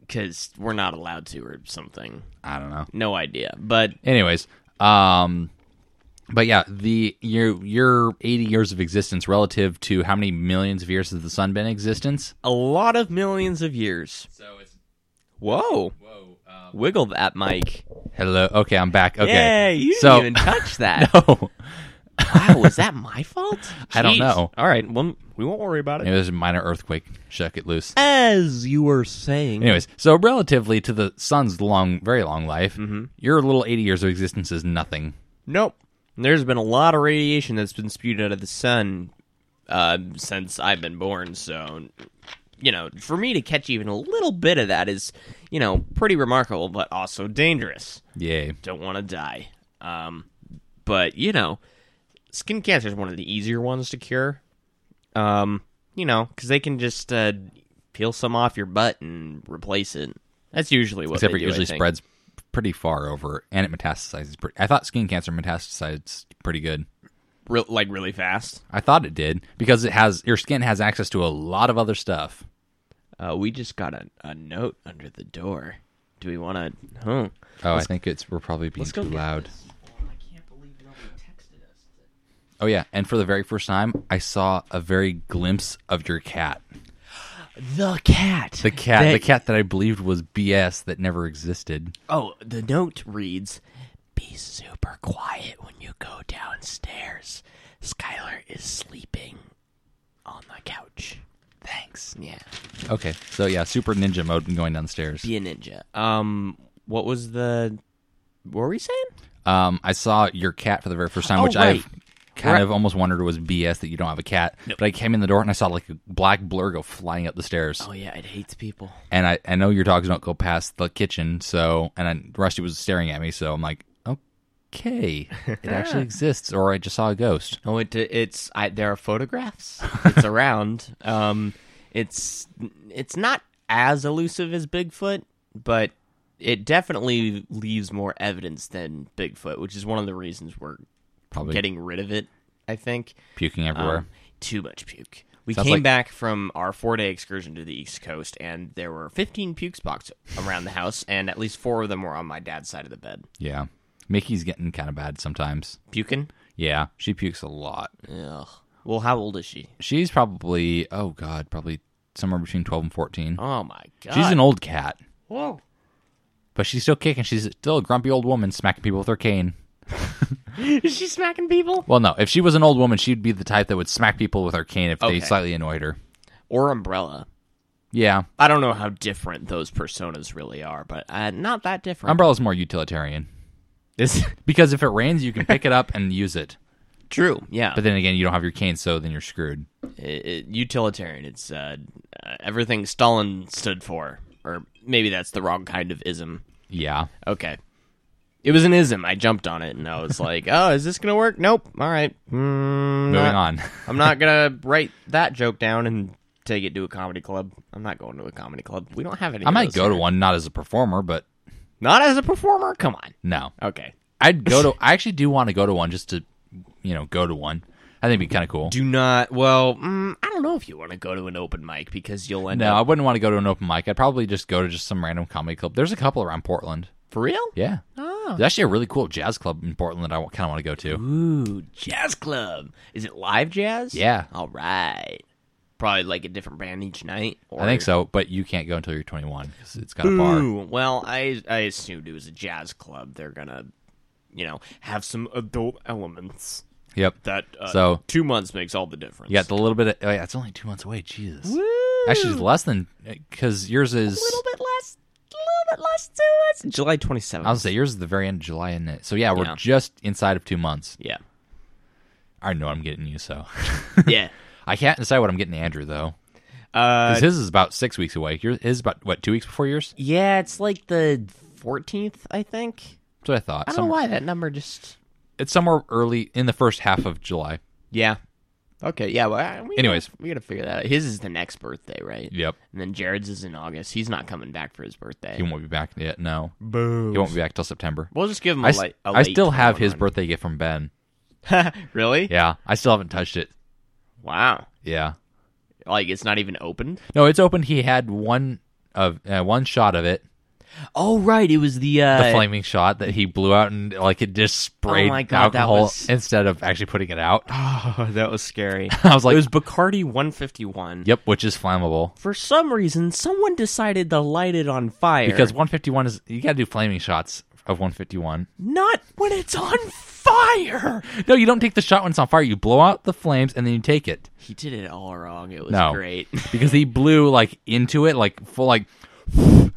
Speaker 2: because we're not allowed to or something.
Speaker 3: I don't know.
Speaker 2: No idea. But
Speaker 3: Anyways, um, but yeah, the your your eighty years of existence relative to how many millions of years has the sun been in existence?
Speaker 2: a lot of millions of years.
Speaker 3: So it's
Speaker 2: Whoa. uh,
Speaker 3: whoa.
Speaker 2: Wiggle that mic.
Speaker 3: Hello. Okay, I'm back. Okay.
Speaker 2: Yay, you didn't
Speaker 3: so
Speaker 2: even touch that.
Speaker 3: no,
Speaker 2: Wow, was that my fault?
Speaker 3: [laughs] I don't
Speaker 2: Jeez.
Speaker 3: know.
Speaker 2: All right, well, we won't worry about
Speaker 3: [laughs] it was a minor earthquake. Shook it loose.
Speaker 2: As you were saying,
Speaker 3: Anyways, so relatively to the sun's long, very long life,
Speaker 2: Mm-hmm.
Speaker 3: your little eighty years of existence is nothing.
Speaker 2: nope. There's been a lot of radiation that's been spewed out of the sun uh, since I've been born, so you know, for me to catch even a little bit of that is, you know, pretty remarkable, but also dangerous.
Speaker 3: Yay.
Speaker 2: don't want to die. Um,
Speaker 4: but
Speaker 2: you know, skin cancer is one of the easier ones to cure. Um, you know, because they can just uh, peel some off your butt and replace it. That's usually what.
Speaker 3: Except
Speaker 2: they
Speaker 3: for
Speaker 2: do,
Speaker 3: it
Speaker 2: I
Speaker 3: usually
Speaker 2: think.
Speaker 3: spreads pretty far over, and it metastasizes. Pretty, I thought skin cancer metastasizes pretty good.
Speaker 2: Real- like really fast.
Speaker 3: I thought it did because it has your skin has access to a lot of other stuff.
Speaker 2: Uh, we just got a, a note under the door. Do we want to? Huh.
Speaker 3: Oh, I think it's we're probably being
Speaker 2: let's go
Speaker 3: too
Speaker 2: get
Speaker 3: loud.
Speaker 2: Oh, I can't believe nobody texted us.
Speaker 3: Oh yeah, and for the very first time, I saw a very glimpse of your cat.
Speaker 2: The cat.
Speaker 3: The cat,
Speaker 2: That-
Speaker 3: the cat that I believed was BS that never existed.
Speaker 2: Oh, the note reads Be super quiet when you go downstairs. Skylar is sleeping on the couch. Thanks. Yeah.
Speaker 3: Okay, so yeah, super ninja mode and going downstairs.
Speaker 2: Be a ninja. Um, what was the. What were we saying?
Speaker 3: Um, I saw your cat for the very first time,
Speaker 2: Oh,
Speaker 3: which
Speaker 2: right.
Speaker 3: I've kind
Speaker 2: Right.
Speaker 3: of almost wondered was BS that you don't have a cat. But I came in the door and I saw like a black blur go flying up the stairs.
Speaker 2: Oh, yeah, it hates people.
Speaker 3: And I, I know your dogs don't go past the kitchen, so and I, Rusty was staring at me, so I'm like, okay,
Speaker 2: [laughs]
Speaker 3: it actually exists, or I just saw a ghost.
Speaker 2: Oh, it, it's. I, there are photographs. It's
Speaker 3: [laughs]
Speaker 2: around. Um, it's it's not as elusive as Bigfoot, but it definitely leaves more evidence than Bigfoot, which is one of the reasons we're
Speaker 3: Probably
Speaker 2: getting rid of it. I think
Speaker 3: puking
Speaker 2: Um,
Speaker 3: everywhere.
Speaker 2: too much puke. We
Speaker 3: Sounds
Speaker 2: came
Speaker 3: like-
Speaker 2: back from our four day excursion to the East Coast, and there were 15 puke spots around the house, and at least four of them were on my dad's side of the bed.
Speaker 3: yeah, Mickey's getting kind of bad sometimes.
Speaker 2: Puking?
Speaker 3: Yeah, she pukes a lot.
Speaker 2: Ugh. Well, how old is she?
Speaker 3: She's probably oh god, probably somewhere between twelve and fourteen.
Speaker 2: Oh my god.
Speaker 3: She's an old cat.
Speaker 2: Whoa.
Speaker 3: But she's still kicking. She's still a grumpy old woman smacking people with her cane.
Speaker 2: Is she smacking people?
Speaker 3: Well, no, if she was an old woman, she'd be the type that would smack people with her cane if
Speaker 2: Okay.
Speaker 3: they slightly annoyed her.
Speaker 2: Or umbrella.
Speaker 3: Yeah,
Speaker 2: I don't know how different those personas really are, but uh, not that different.
Speaker 3: umbrella's more utilitarian
Speaker 2: is
Speaker 3: because if it rains, you can pick it up and use it.
Speaker 2: [laughs] true. Yeah,
Speaker 3: But then again, you don't have your cane, so then you're screwed.
Speaker 2: it, it- utilitarian. It's uh, uh, everything Stalin stood for, or maybe that's the wrong kind of ism.
Speaker 3: Yeah,
Speaker 2: Okay. It was an ism. I jumped on it and I
Speaker 3: [laughs]
Speaker 2: was like, "Oh, is this gonna work? Nope. All right. Mm,
Speaker 3: moving
Speaker 2: not- [laughs]
Speaker 3: on.
Speaker 2: I'm not gonna write that joke down and take it to a comedy club. I'm not going to a comedy club. We don't have any.
Speaker 3: I
Speaker 2: of
Speaker 3: might
Speaker 2: those
Speaker 3: go to
Speaker 2: here.
Speaker 3: one, not as a performer, but
Speaker 2: Not as a performer. Come on.
Speaker 3: no,
Speaker 2: Okay.
Speaker 3: I'd go to. I actually do want to go to one just to, you know, go to one. I think it'd be kind of cool.
Speaker 2: Do not. Well, mm, I don't know if you want to go to an open mic because you'll end
Speaker 3: No, I
Speaker 2: up
Speaker 3: wouldn't want to go to an open mic. I'd probably just go to just some random comedy club. There's a couple around Portland.
Speaker 2: [laughs] for real.
Speaker 3: Yeah.
Speaker 2: Oh.
Speaker 3: There's actually a really cool jazz club in Portland that I kind of want to go to.
Speaker 2: Ooh, jazz club. Is it live jazz?
Speaker 3: Yeah.
Speaker 2: All right. Probably like a different band each night. Or...
Speaker 3: I think so, but you can't go until you're 21 because it's got a bar.
Speaker 2: Ooh, well, I I assumed it was a jazz club. They're gonna, you know, have some adult elements.
Speaker 3: Yep.
Speaker 2: That uh,
Speaker 3: So-
Speaker 2: two months makes all the difference.
Speaker 3: You got the little bit of. Oh, yeah, it's only two months away. Jesus. Actually, it's less than. Because yours is.
Speaker 2: a little bit less, a little bit less to us. July twenty seventh.
Speaker 3: I was gonna say yours is the very end of July, isn't it? So yeah, we're
Speaker 2: Yeah.
Speaker 3: just inside of two months.
Speaker 2: yeah, [laughs]
Speaker 3: I know I'm getting you, so [laughs]
Speaker 2: yeah.
Speaker 3: I can't decide what I'm getting Andrew though.
Speaker 2: Uh,
Speaker 3: 'Cause his is about six weeks away. Yours his is about what two weeks before yours?
Speaker 2: yeah, it's like the fourteenth, I think.
Speaker 3: That's what I thought.
Speaker 2: I don't know
Speaker 3: Somewhere-
Speaker 2: why that number just.
Speaker 3: It's somewhere early in the first half of July.
Speaker 2: Yeah. Okay. Yeah. Well, I- we gotta-
Speaker 3: Anyways.
Speaker 2: we gotta figure that out. His is the next birthday, right?
Speaker 3: Yep.
Speaker 2: And then Jared's is in August. He's not coming back for his birthday.
Speaker 3: He won't be back yet. No. Boo. He won't be back till September.
Speaker 2: We'll just give him a
Speaker 3: I, s-
Speaker 2: light.
Speaker 3: I still have his birthday gift from Ben.
Speaker 2: birthday. really?
Speaker 3: Yeah, I still haven't touched it.
Speaker 2: Wow.
Speaker 3: Yeah.
Speaker 2: Like it's not even open.
Speaker 3: No, it's open. He had one of uh, one shot of it,
Speaker 2: Oh right, it was the
Speaker 3: the
Speaker 2: uh,
Speaker 3: flaming shot that he blew out, and like it just sprayed
Speaker 2: Oh my God, that
Speaker 3: alcohol
Speaker 2: was-
Speaker 3: instead of actually putting it out. [laughs]
Speaker 2: Oh, [laughs] that was scary.
Speaker 3: I was like,
Speaker 2: it was Bacardi 151.
Speaker 3: "Yep," which is flammable
Speaker 2: For some reason, someone decided to light it on fire.
Speaker 3: because 151 is you got to do flaming shots of 151.
Speaker 2: not when it's on fire.
Speaker 3: No, you don't take the shot when it's on fire. You blow out the flames and then you take it.
Speaker 2: He did it all wrong. It was
Speaker 3: No,
Speaker 2: great. [laughs]
Speaker 3: because he blew like into it, like full, like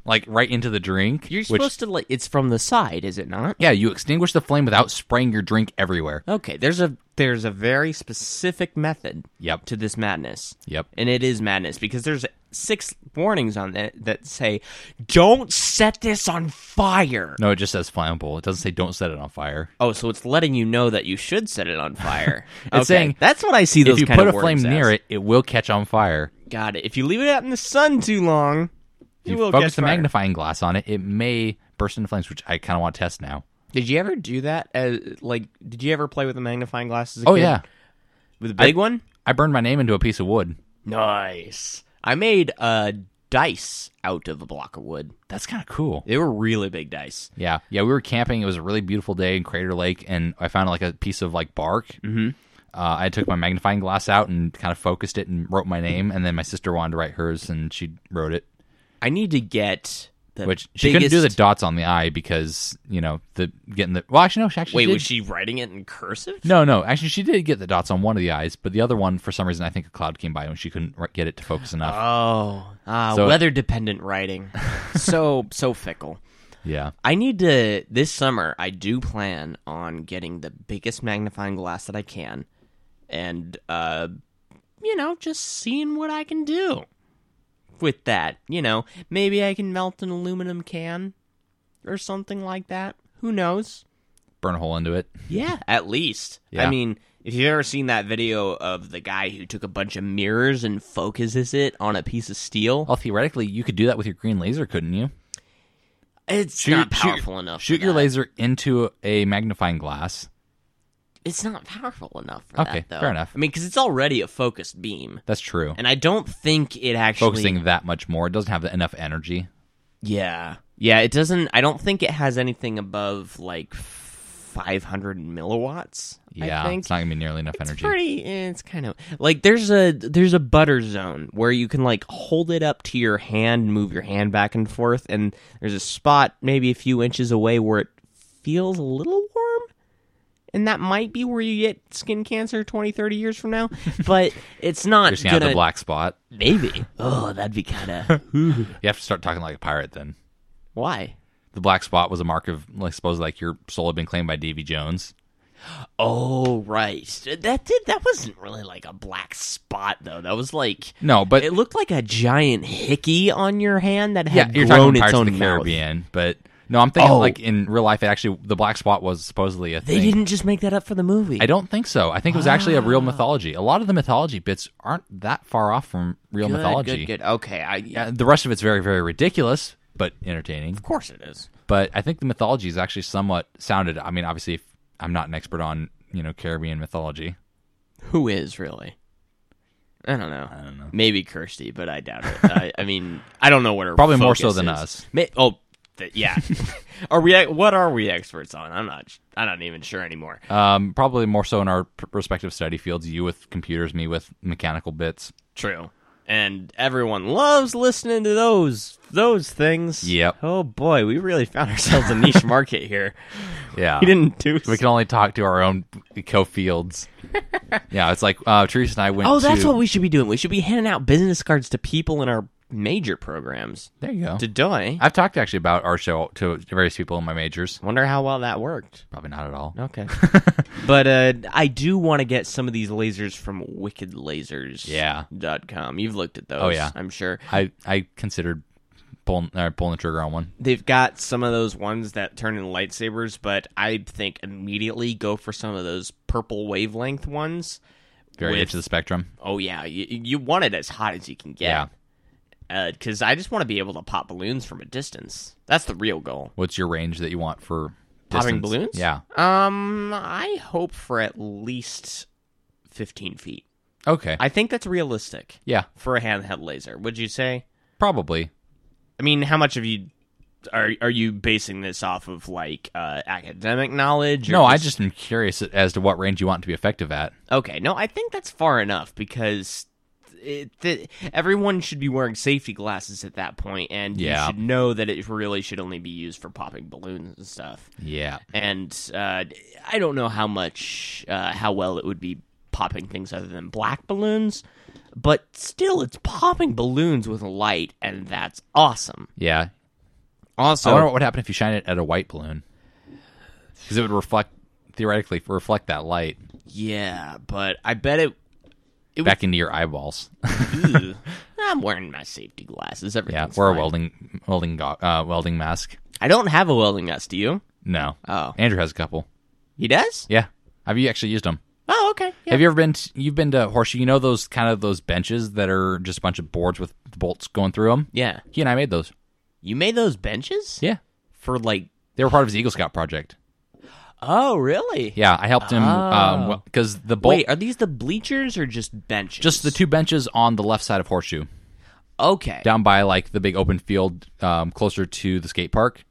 Speaker 3: like right into the drink.
Speaker 2: You're
Speaker 3: which-
Speaker 2: supposed to like. It's from the side, is it not?
Speaker 3: Yeah, you extinguish the flame without spraying your drink everywhere.
Speaker 2: Okay, there's a there's a very specific method
Speaker 3: Yep.
Speaker 2: to this madness.
Speaker 3: Yep.
Speaker 2: And it is madness because there's six warnings on it that say, "Don't set this on fire."
Speaker 3: No, it just says flammable. It doesn't say don't set it on fire.
Speaker 2: Oh, so it's letting you know that you should set it on fire.
Speaker 3: [laughs] It's saying,
Speaker 2: that's what I see. Those
Speaker 3: if you
Speaker 2: kind
Speaker 3: put a
Speaker 2: of warnings
Speaker 3: flame near
Speaker 2: as.
Speaker 3: it, it will catch on fire.
Speaker 2: got it. If you leave it out in the sun too long,
Speaker 3: If
Speaker 2: it
Speaker 3: you
Speaker 2: will
Speaker 3: focus
Speaker 2: catch
Speaker 3: the
Speaker 2: fire.
Speaker 3: magnifying glass on it, it may burst into flames, which I kind of want to test now.
Speaker 2: Did you ever do that? As, like, did you ever play with a magnifying glass as a
Speaker 3: Oh
Speaker 2: kid?
Speaker 3: yeah,
Speaker 2: with a big one.
Speaker 3: I burned my name into a piece of wood.
Speaker 2: Nice. I made a dice out of a block of wood.
Speaker 3: That's kind of cool.
Speaker 2: They were really big dice.
Speaker 3: Yeah, yeah. We were camping. It was a really beautiful day in Crater Lake, and I found like a piece of like bark. Mm-hmm. Uh, I took my magnifying glass out and kind of focused it and wrote my name. And then my sister wanted to write hers, and she wrote it,
Speaker 2: I need to get the
Speaker 3: which
Speaker 2: biggest...
Speaker 3: she couldn't do the dots on the eye because you know the getting the. Well, actually, no. She actually
Speaker 2: Wait,
Speaker 3: did.
Speaker 2: was she writing it in cursive?
Speaker 3: No, no. Actually, she did get the dots on one of the eyes, but the other one, for some reason, I think a cloud came by and she couldn't r- get it to focus enough.
Speaker 2: Oh, ah,
Speaker 3: So-
Speaker 2: weather dependent [laughs] writing. so so fickle.
Speaker 3: yeah.
Speaker 2: I need to this summer. I do plan on getting the biggest magnifying glass that I can, and uh, you know, just seeing what I can do with that. You know, maybe I can melt an aluminum can or something like that. Who knows?
Speaker 3: Burn a hole into it.
Speaker 2: Yeah, at least.
Speaker 3: Yeah.
Speaker 2: I mean, if you've ever seen that video of the guy who took a bunch of mirrors and focuses it on a piece of steel,
Speaker 3: Well, theoretically, you could do that with your green laser, couldn't you?
Speaker 2: it's not powerful enough.
Speaker 3: Shoot
Speaker 2: for
Speaker 3: your
Speaker 2: that.
Speaker 3: laser into a magnifying glass.
Speaker 2: It's not powerful enough for
Speaker 3: Okay,
Speaker 2: that, though.
Speaker 3: fair enough.
Speaker 2: I mean, because it's already a focused beam,
Speaker 3: That's true.
Speaker 2: and I don't think it actually.
Speaker 3: Focusing that much more, it doesn't have enough energy.
Speaker 2: Yeah, yeah. It doesn't. I don't think it has anything above like 500 milliwatts.
Speaker 3: Yeah,
Speaker 2: I think.
Speaker 3: it's not gonna be nearly enough
Speaker 2: It's
Speaker 3: energy.
Speaker 2: pretty. eh, It's kind of like there's a there's a butter zone where you can like hold it up to your hand, move your hand back and forth, and there's a spot maybe a few inches away where it feels a little warm, and that might be where you get skin cancer 20, 30 years from now.
Speaker 3: [laughs]
Speaker 2: But it's not
Speaker 3: You're seeing out
Speaker 2: gonna
Speaker 3: the black spot.
Speaker 2: maybe. Oh, that'd be kind
Speaker 3: [laughs]
Speaker 2: of
Speaker 3: You have to start talking like a pirate then.
Speaker 2: why.
Speaker 3: The black spot was a mark of, like, suppose, like your soul had been claimed by Davy Jones.
Speaker 2: Oh right, that did that wasn't really like a black spot though. That was like
Speaker 3: No, but
Speaker 2: it looked like a giant hickey on your hand that
Speaker 3: yeah,
Speaker 2: had
Speaker 3: you're
Speaker 2: grown
Speaker 3: talking
Speaker 2: its
Speaker 3: Pirates
Speaker 2: own
Speaker 3: of the
Speaker 2: mouth.
Speaker 3: Caribbean, but no, I'm thinking
Speaker 2: Oh.
Speaker 3: like in real life. It actually, the black spot was supposedly a
Speaker 2: They
Speaker 3: thing.
Speaker 2: didn't Ah. just make that up for the movie.
Speaker 3: I don't think so. I think it was actually a real mythology. A lot of the mythology bits aren't that far off from real
Speaker 2: good,
Speaker 3: mythology.
Speaker 2: Good, good. Okay, I,
Speaker 3: Uh, the rest of it's very, very ridiculous, but entertaining.
Speaker 2: of course it is.
Speaker 3: But I think the mythology is actually somewhat sounded. I mean, obviously, if I'm not an expert on you know Caribbean mythology.
Speaker 2: Who is really? I don't know. I don't know. Maybe Kirsty, but I doubt it. I, I mean, I don't know what her
Speaker 3: [laughs] Probably more so
Speaker 2: focus
Speaker 3: than
Speaker 2: is.
Speaker 3: us.
Speaker 2: Ma- oh, th-
Speaker 3: [laughs]
Speaker 2: yeah. are we? What are we experts on? I'm not. I'm not even sure anymore.
Speaker 3: Um, probably more so in our p- respective study fields. You with computers, me with mechanical bits.
Speaker 2: True. And everyone loves listening to those those things.
Speaker 3: Yep.
Speaker 2: Oh boy, we really found ourselves a
Speaker 3: [laughs]
Speaker 2: niche market here.
Speaker 3: Yeah,
Speaker 2: We didn't do.
Speaker 3: We can only talk to our own
Speaker 2: [laughs]
Speaker 3: co-fields. yeah, it's like uh, Teresa and I went.
Speaker 2: Oh, that's
Speaker 3: to-
Speaker 2: what we should be doing. We should be handing out business cards to people in our major programs.
Speaker 3: There you go.
Speaker 2: To die. I
Speaker 3: I've talked actually about our show to various people in my majors.
Speaker 2: wonder how well that worked.
Speaker 3: Probably not at all.
Speaker 2: Okay. but uh, I do want to get some of these lasers from wickedlasers.
Speaker 3: Yeah.
Speaker 2: Dot com. You've looked at those.
Speaker 3: Oh, yeah.
Speaker 2: I'm sure.
Speaker 3: [laughs] I I considered pulling uh, pulling the trigger on one.
Speaker 2: They've got some of those ones that turn into lightsabers, but I think immediately go for some of those purple wavelength ones.
Speaker 3: Very
Speaker 2: With-
Speaker 3: edge of the spectrum.
Speaker 2: Oh yeah, you, you want it as hot as you can get. Because I just want to be able to pop balloons from a distance. That's the real goal.
Speaker 3: What's your range that you want for
Speaker 2: Popping
Speaker 3: distance?
Speaker 2: balloons?
Speaker 3: Yeah.
Speaker 2: Um, I hope for at least fifteen feet.
Speaker 3: Okay.
Speaker 2: I think that's realistic
Speaker 3: yeah.
Speaker 2: for a handheld laser. Would you say?
Speaker 3: Probably.
Speaker 2: I mean, how much of you are are you basing this off of like uh, academic knowledge? Or
Speaker 3: no, I just am curious as to what range you want to be effective at.
Speaker 2: Okay, no, I think that's far enough because it, th- everyone should be wearing safety glasses at that point, and
Speaker 3: Yeah.
Speaker 2: you should know that it really should only be used for popping balloons and stuff.
Speaker 3: Yeah.
Speaker 2: And uh, I don't know how much, uh, how well it would be popping things other than black balloons, but still, it's popping balloons with light, and that's awesome. Oh,
Speaker 3: Yeah. I wonder
Speaker 2: Also,
Speaker 3: what would happen if you shine it at a white balloon. Because it would reflect theoretically reflect that light.
Speaker 2: yeah, but I bet it. It
Speaker 3: it back into
Speaker 2: [laughs]
Speaker 3: your eyeballs. [laughs]
Speaker 2: Ew. I'm wearing my safety glasses.
Speaker 3: yeah,
Speaker 2: Everything's
Speaker 3: or a
Speaker 2: fine.
Speaker 3: welding welding go- uh, welding mask.
Speaker 2: I don't have a welding mask. Do you?
Speaker 3: No.
Speaker 2: Oh.
Speaker 3: Andrew has a couple.
Speaker 2: He does?
Speaker 3: Yeah. Have you actually used them?
Speaker 2: Oh, okay. Yeah.
Speaker 3: Have you ever been? To, you've been to Horseshoe. You know those kind of those benches that are just a bunch of boards with bolts going through them.
Speaker 2: yeah.
Speaker 3: He and I made those.
Speaker 2: You made those benches?
Speaker 3: Yeah,
Speaker 2: For like.
Speaker 3: they were part of his Eagle Scout project.
Speaker 2: Oh, really?
Speaker 3: Yeah, I helped him
Speaker 2: Oh.
Speaker 3: because the bolt,
Speaker 2: Wait, are these the bleachers or just benches?
Speaker 3: just the two benches on the left side of Horseshoe,
Speaker 2: Okay.
Speaker 3: down by like the big open field, um, closer to the skate park.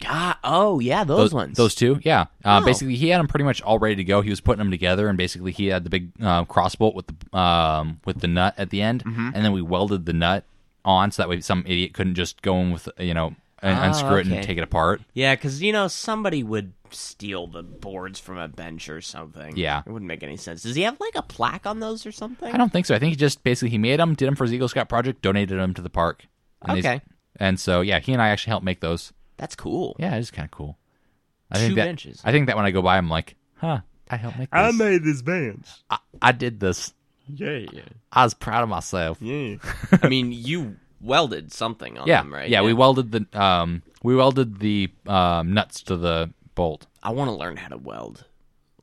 Speaker 2: God. Oh, yeah, those, ones.
Speaker 3: Those two, yeah. Uh,
Speaker 2: Oh.
Speaker 3: Basically, he had them pretty much all ready to go. He was putting them together, and basically, he had the big uh, cross bolt with the um, with the nut at the end,
Speaker 2: Mm-hmm.
Speaker 3: and then we welded the nut on so that way some idiot couldn't just go in with you know and
Speaker 2: Oh,
Speaker 3: unscrew it
Speaker 2: okay.
Speaker 3: and take it apart.
Speaker 2: Yeah, because you know somebody would steal the boards from a bench or something.
Speaker 3: Yeah.
Speaker 2: it wouldn't make any sense. Does he have like a plaque on those or something?
Speaker 3: I don't think so. I think he just basically he made them, did them for his Eagle Scout project, donated them to the park. And he's-
Speaker 2: Okay.
Speaker 3: And so yeah, he and I actually helped make those.
Speaker 2: That's cool.
Speaker 3: Yeah, it is kind of cool. I
Speaker 2: Two
Speaker 3: think that,
Speaker 2: benches.
Speaker 3: I think that when I go by, I'm like, huh, I helped make this.
Speaker 4: I made this bench.
Speaker 3: I, I did this.
Speaker 4: Yeah, yeah,
Speaker 3: I was proud of myself.
Speaker 4: yeah.
Speaker 2: I mean, you welded something on
Speaker 3: Yeah,
Speaker 2: them, right?
Speaker 3: yeah, we welded the um, we welded the um, nuts to the bolt.
Speaker 2: I want to learn how to weld.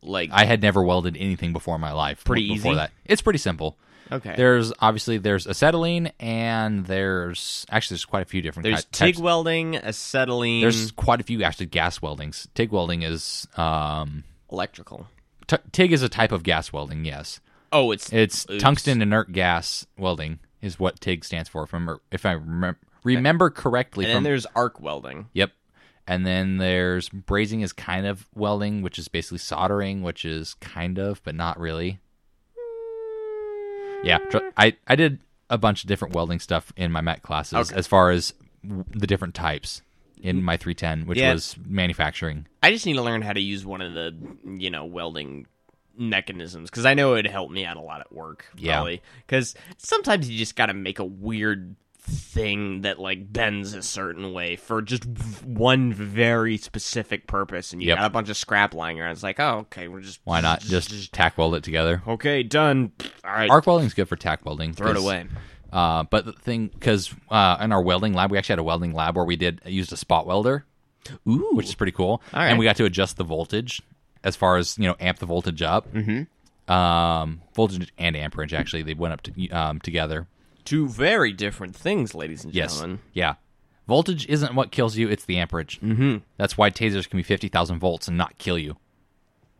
Speaker 2: Like,
Speaker 3: I had never welded anything before in my life.
Speaker 2: Pretty
Speaker 3: before
Speaker 2: easy?
Speaker 3: that, it's pretty simple.
Speaker 2: okay,
Speaker 3: There's obviously there's acetylene and there's actually there's quite a few different
Speaker 2: there's
Speaker 3: ki-
Speaker 2: TIG
Speaker 3: types.
Speaker 2: welding, acetylene,
Speaker 3: There's quite a few actually gas weldings. TIG welding is um,
Speaker 2: electrical.
Speaker 3: t- TIG is a type of gas welding. Yes,
Speaker 2: Oh, it's
Speaker 3: it's tungsten inert gas welding is what TIG stands for. From if I remember remember correctly,
Speaker 2: And
Speaker 3: from
Speaker 2: then there's arc welding.
Speaker 3: Yep. And then there's brazing is kind of welding, which is basically soldering, which is kind of, but not really. Yeah, tr- I I did a bunch of different welding stuff in my MET classes
Speaker 2: Okay.
Speaker 3: as far as w- the different types in my 310, which
Speaker 2: Yeah.
Speaker 3: was manufacturing.
Speaker 2: I just need to learn how to use one of the you know welding mechanisms because I know it'd help me out a lot at work.
Speaker 3: Yeah.
Speaker 2: Probably because sometimes you just got to make a weird thing that like bends a certain way for just v- one very specific purpose, and you
Speaker 3: Yep.
Speaker 2: got a bunch of scrap lying around. It's like, oh, okay, we're just
Speaker 3: Why not just tack weld it together?
Speaker 2: okay, done. All right,
Speaker 3: Arc welding's good for tack welding.
Speaker 2: throw it
Speaker 3: 'cause,
Speaker 2: away.
Speaker 3: Uh, but the thing, because uh, in our welding lab, we actually had a welding lab where we did used a spot welder.
Speaker 2: Ooh,
Speaker 3: which is pretty cool.
Speaker 2: right.
Speaker 3: And we got to adjust the voltage as far as you know, amp the voltage up. Mm-hmm. Um, voltage and amperage actually they went up to, um, together.
Speaker 2: two very different things, ladies and
Speaker 3: Yes,
Speaker 2: gentlemen.
Speaker 3: yeah. Voltage isn't what kills you; it's the amperage. Mm-hmm. That's why tasers can be fifty thousand volts and not kill you.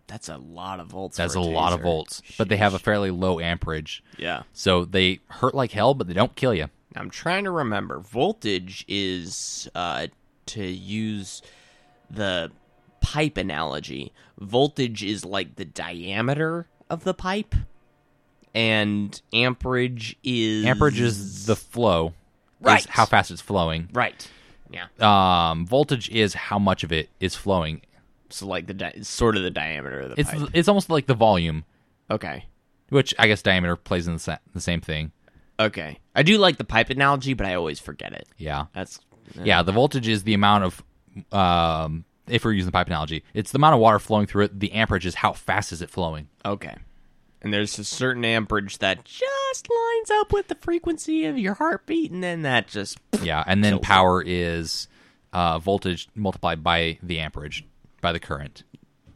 Speaker 2: That's a lot of volts.
Speaker 3: That's
Speaker 2: for
Speaker 3: a lot of
Speaker 2: taser.
Speaker 3: volts, but they have a fairly low amperage,
Speaker 2: Yeah.
Speaker 3: so they hurt like hell, but they don't kill you.
Speaker 2: I'm trying to remember. Voltage is uh, to use the pipe analogy. Voltage is like the diameter of the pipe, and amperage is
Speaker 3: Amperage is the flow, is
Speaker 2: Right.
Speaker 3: how fast it's flowing.
Speaker 2: right. Yeah,
Speaker 3: Um, voltage is how much of it is flowing.
Speaker 2: so like the di- it's sort of the diameter of the
Speaker 3: It's
Speaker 2: pipe.
Speaker 3: it's almost like the volume.
Speaker 2: Okay,
Speaker 3: which I guess diameter plays in the, sa- the same thing.
Speaker 2: okay. I do like the pipe analogy, but I always forget it.
Speaker 3: Yeah,
Speaker 2: That's
Speaker 3: yeah. The voltage is the amount of, um, if we're using the pipe analogy, it's the amount of water flowing through it. The amperage is how fast is it flowing.
Speaker 2: Okay. And there's a certain amperage that just lines up with the frequency of your heartbeat, and then that just
Speaker 3: Yeah, and then
Speaker 2: Kills it.
Speaker 3: power is uh, voltage multiplied by the amperage by the current,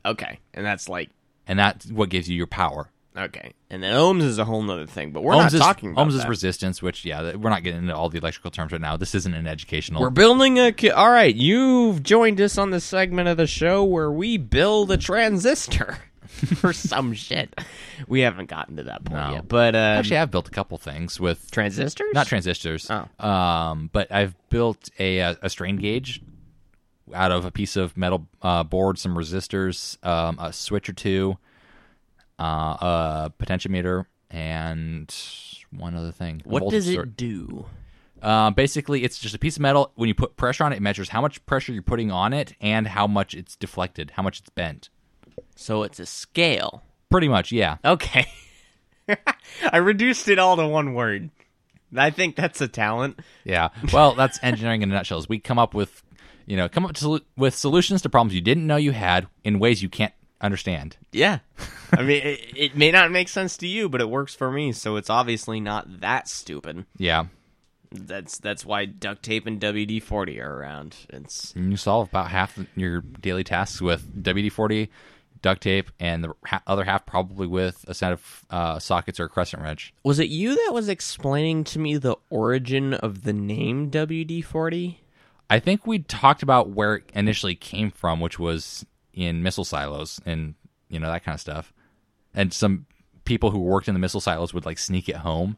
Speaker 2: okay, and that's like
Speaker 3: and that's what gives you your power.
Speaker 2: Okay, and then ohms is a whole nother thing, but we're
Speaker 3: ohms
Speaker 2: not
Speaker 3: is,
Speaker 2: talking about
Speaker 3: ohms is
Speaker 2: that.
Speaker 3: resistance, which yeah, th- we're not getting into all the electrical terms right now. This isn't an educational.
Speaker 2: we're building a. Ki- All right, you've joined us on the segment of the show where we build a transistor [laughs] or some shit. We haven't gotten to that point
Speaker 3: No.
Speaker 2: yet, but uh,
Speaker 3: Actually, I've built a couple things with
Speaker 2: transistors,
Speaker 3: not transistors.
Speaker 2: Oh.
Speaker 3: Um, but I've built a uh, a strain gauge out of a piece of metal uh, board, some resistors, um, a switch or two, uh, a potentiometer, and one other thing. A
Speaker 2: What
Speaker 3: voltage
Speaker 2: does it
Speaker 3: sort-
Speaker 2: do?
Speaker 3: Uh, basically, it's just a piece of metal. When you put pressure on it, it measures how much pressure you're putting on it and how much it's deflected, how much it's bent.
Speaker 2: So it's a scale.
Speaker 3: Pretty much, yeah.
Speaker 2: Okay, [laughs] I reduced it all to one word. I think that's a talent.
Speaker 3: Yeah. Well, that's engineering in a nutshell. Is we come up with, you know, come up to, with solutions to problems you didn't know you had in ways you can't understand.
Speaker 2: Yeah. I mean, it, it may not make sense to you, but it works for me, so it's obviously not that stupid.
Speaker 3: Yeah.
Speaker 2: That's that's why duct tape and WD forty are around. It's
Speaker 3: And you solve about half your daily tasks with WD 40, duct tape, and the ha- other half probably with a set of uh, sockets or a crescent wrench.
Speaker 2: was it you that was explaining to me the origin of the name WD forty?
Speaker 3: I think we talked about where it initially came from, which was in missile silos and you know that kind of stuff. And some people who worked in the missile silos would like sneak it home.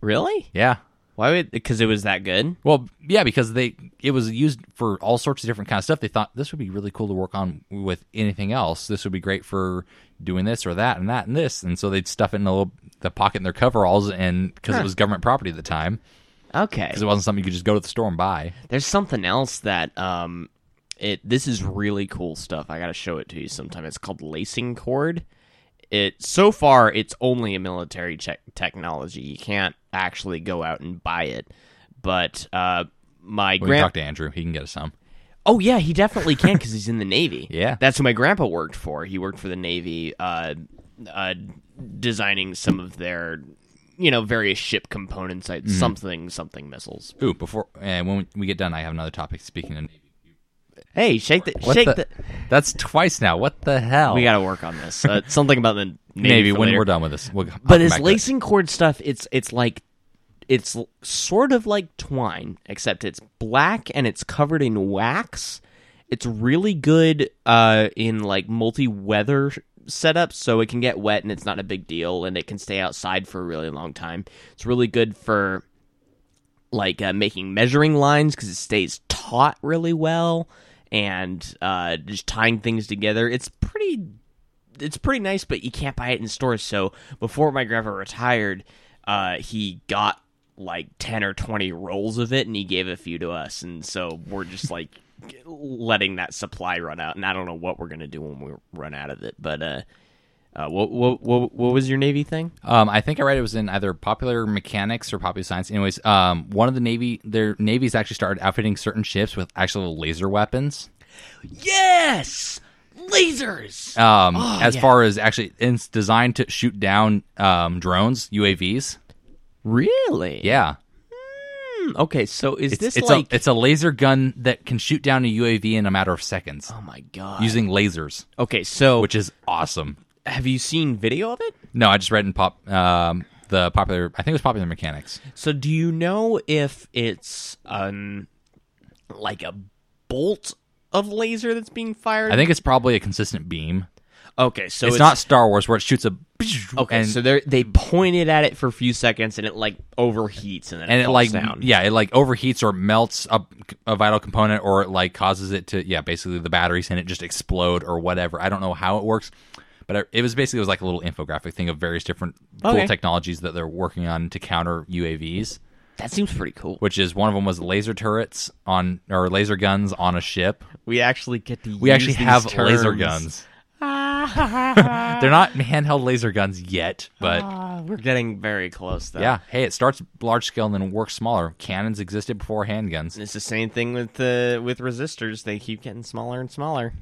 Speaker 2: Really?
Speaker 3: Yeah.
Speaker 2: Why would? Because it was that good.
Speaker 3: Well, yeah, because they it was used for all sorts of different kind of stuff. They thought this would be really cool to work on with anything else. This would be great for doing this or that and that and this. And so they'd stuff it in a little, the pocket in their coveralls, and because it was government property at the time,
Speaker 2: Okay.
Speaker 3: because it wasn't something you could just go to the store and buy.
Speaker 2: There's something else that um it this is really cool stuff. I gotta show it to you sometime. It's called lacing cord. It so far it's only a military tech technology. You can't actually go out and buy it. But uh my
Speaker 3: We can
Speaker 2: grand
Speaker 3: talk to Andrew; he can get us some.
Speaker 2: oh yeah he definitely can because he's in the navy
Speaker 3: [laughs] Yeah.
Speaker 2: that's who my grandpa worked for he worked for the navy uh, uh, designing some of their you know various ship components
Speaker 3: Mm-hmm.
Speaker 2: like something something missiles
Speaker 3: Ooh, before and when we get done, I have another topic. Speaking of
Speaker 2: hey shake the
Speaker 3: What
Speaker 2: shake
Speaker 3: the-
Speaker 2: the
Speaker 3: That's twice now. What the hell?
Speaker 2: We got to work on this.
Speaker 3: [laughs]
Speaker 2: Uh, something about the Navy.
Speaker 3: Oh. maybe
Speaker 2: for
Speaker 3: when
Speaker 2: later.
Speaker 3: we're done with this. We'll I'll
Speaker 2: But
Speaker 3: come
Speaker 2: this
Speaker 3: back to it.
Speaker 2: lacing cord stuff, it's it's like it's l- sort of like twine, except it's black and it's covered in wax. It's really good uh, in like multi weather setups, so it can get wet and it's not a big deal, and it can stay outside for a really long time. It's really good for like uh, making measuring lines because it stays taut really well, and uh, just tying things together. It's pretty it's pretty nice, but you can't buy it in stores. So before my grandpa retired, uh, he got like ten or twenty rolls of it, and he gave a few to us, and so we're just like [laughs] letting that supply run out. And I don't know what we're gonna do when we run out of it, but uh, uh what what what what was your navy thing?
Speaker 3: Um, I think I read it was in either popular mechanics or popular science. Anyways, um, one of the navy their navies actually started outfitting certain ships with actual laser weapons.
Speaker 2: Yes, lasers.
Speaker 3: Um, as
Speaker 2: Oh, yeah.
Speaker 3: far as actually, it's designed to shoot down um, drones, UAVs.
Speaker 2: really?
Speaker 3: Yeah,
Speaker 2: Hmm, Okay, so is
Speaker 3: it's
Speaker 2: this
Speaker 3: it's
Speaker 2: like?
Speaker 3: a it's a laser gun that can shoot down a UAV in a matter of seconds
Speaker 2: oh my god.
Speaker 3: using lasers,
Speaker 2: okay, so
Speaker 3: which is awesome.
Speaker 2: have you seen video of it?
Speaker 3: No, I just read in pop um, the popular. I think it was popular mechanics.
Speaker 2: So do you know if it's um like a bolt of laser that's being fired?
Speaker 3: I think it's probably a consistent beam.
Speaker 2: okay, so
Speaker 3: it's, not Star Wars where it shoots a
Speaker 2: okay.
Speaker 3: and,
Speaker 2: so they they point it at it for a few seconds and it like overheats and then
Speaker 3: and it
Speaker 2: falls
Speaker 3: like
Speaker 2: down.
Speaker 3: yeah it like overheats or melts up a vital component or it like causes it to yeah basically the batteries and it just explode or whatever. I don't know how it works, but I- it was basically it was like a little infographic thing of various different cool
Speaker 2: Okay.
Speaker 3: technologies that they're working on to counter UAVs.
Speaker 2: that seems pretty cool.
Speaker 3: Which is one of them was laser turrets on or laser guns on a ship.
Speaker 2: We actually get to
Speaker 3: We actually have laser
Speaker 2: [laughs]
Speaker 3: guns. [laughs] They're not handheld laser guns yet, but
Speaker 2: We're getting very close though.
Speaker 3: Yeah. Hey, it starts large scale and then works smaller. Cannons existed before handguns.
Speaker 2: It's the same thing with uh, with resistors. They keep getting smaller and smaller.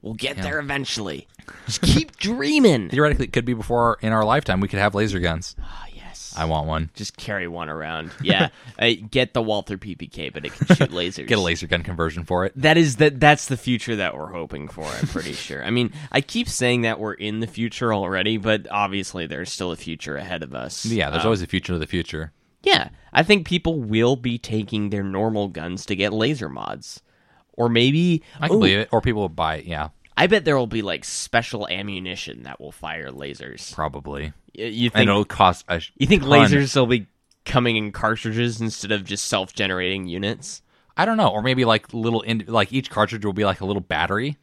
Speaker 2: We'll get there eventually. Just keep [laughs] dreaming.
Speaker 3: Theoretically, it could be before in our lifetime we could have laser guns.
Speaker 2: Ah, yes.
Speaker 3: I want one.
Speaker 2: Just carry one around.
Speaker 3: [laughs]
Speaker 2: Yeah, I get the Walther PPK, but it can shoot lasers.
Speaker 3: Get a laser gun conversion for it.
Speaker 2: That is that. That's the future that we're hoping for. I'm
Speaker 3: [laughs]
Speaker 2: pretty sure. I mean, I keep saying that we're in the future already, but obviously there's still a future ahead of us.
Speaker 3: Yeah, there's
Speaker 2: Uh,
Speaker 3: always a future to the future.
Speaker 2: yeah. I think people will be taking their normal guns to get laser mods, or maybe
Speaker 3: I can
Speaker 2: Ooh,
Speaker 3: believe it. Or people will buy it. Yeah,
Speaker 2: I bet there will be like special ammunition that will fire lasers.
Speaker 3: probably.
Speaker 2: Y- You
Speaker 3: And
Speaker 2: think?
Speaker 3: it'll cost a sh-
Speaker 2: You think
Speaker 3: ton.
Speaker 2: lasers will be coming in cartridges instead of just self-generating units?
Speaker 3: I don't know. Or maybe like little, in- like each cartridge will be like a little battery.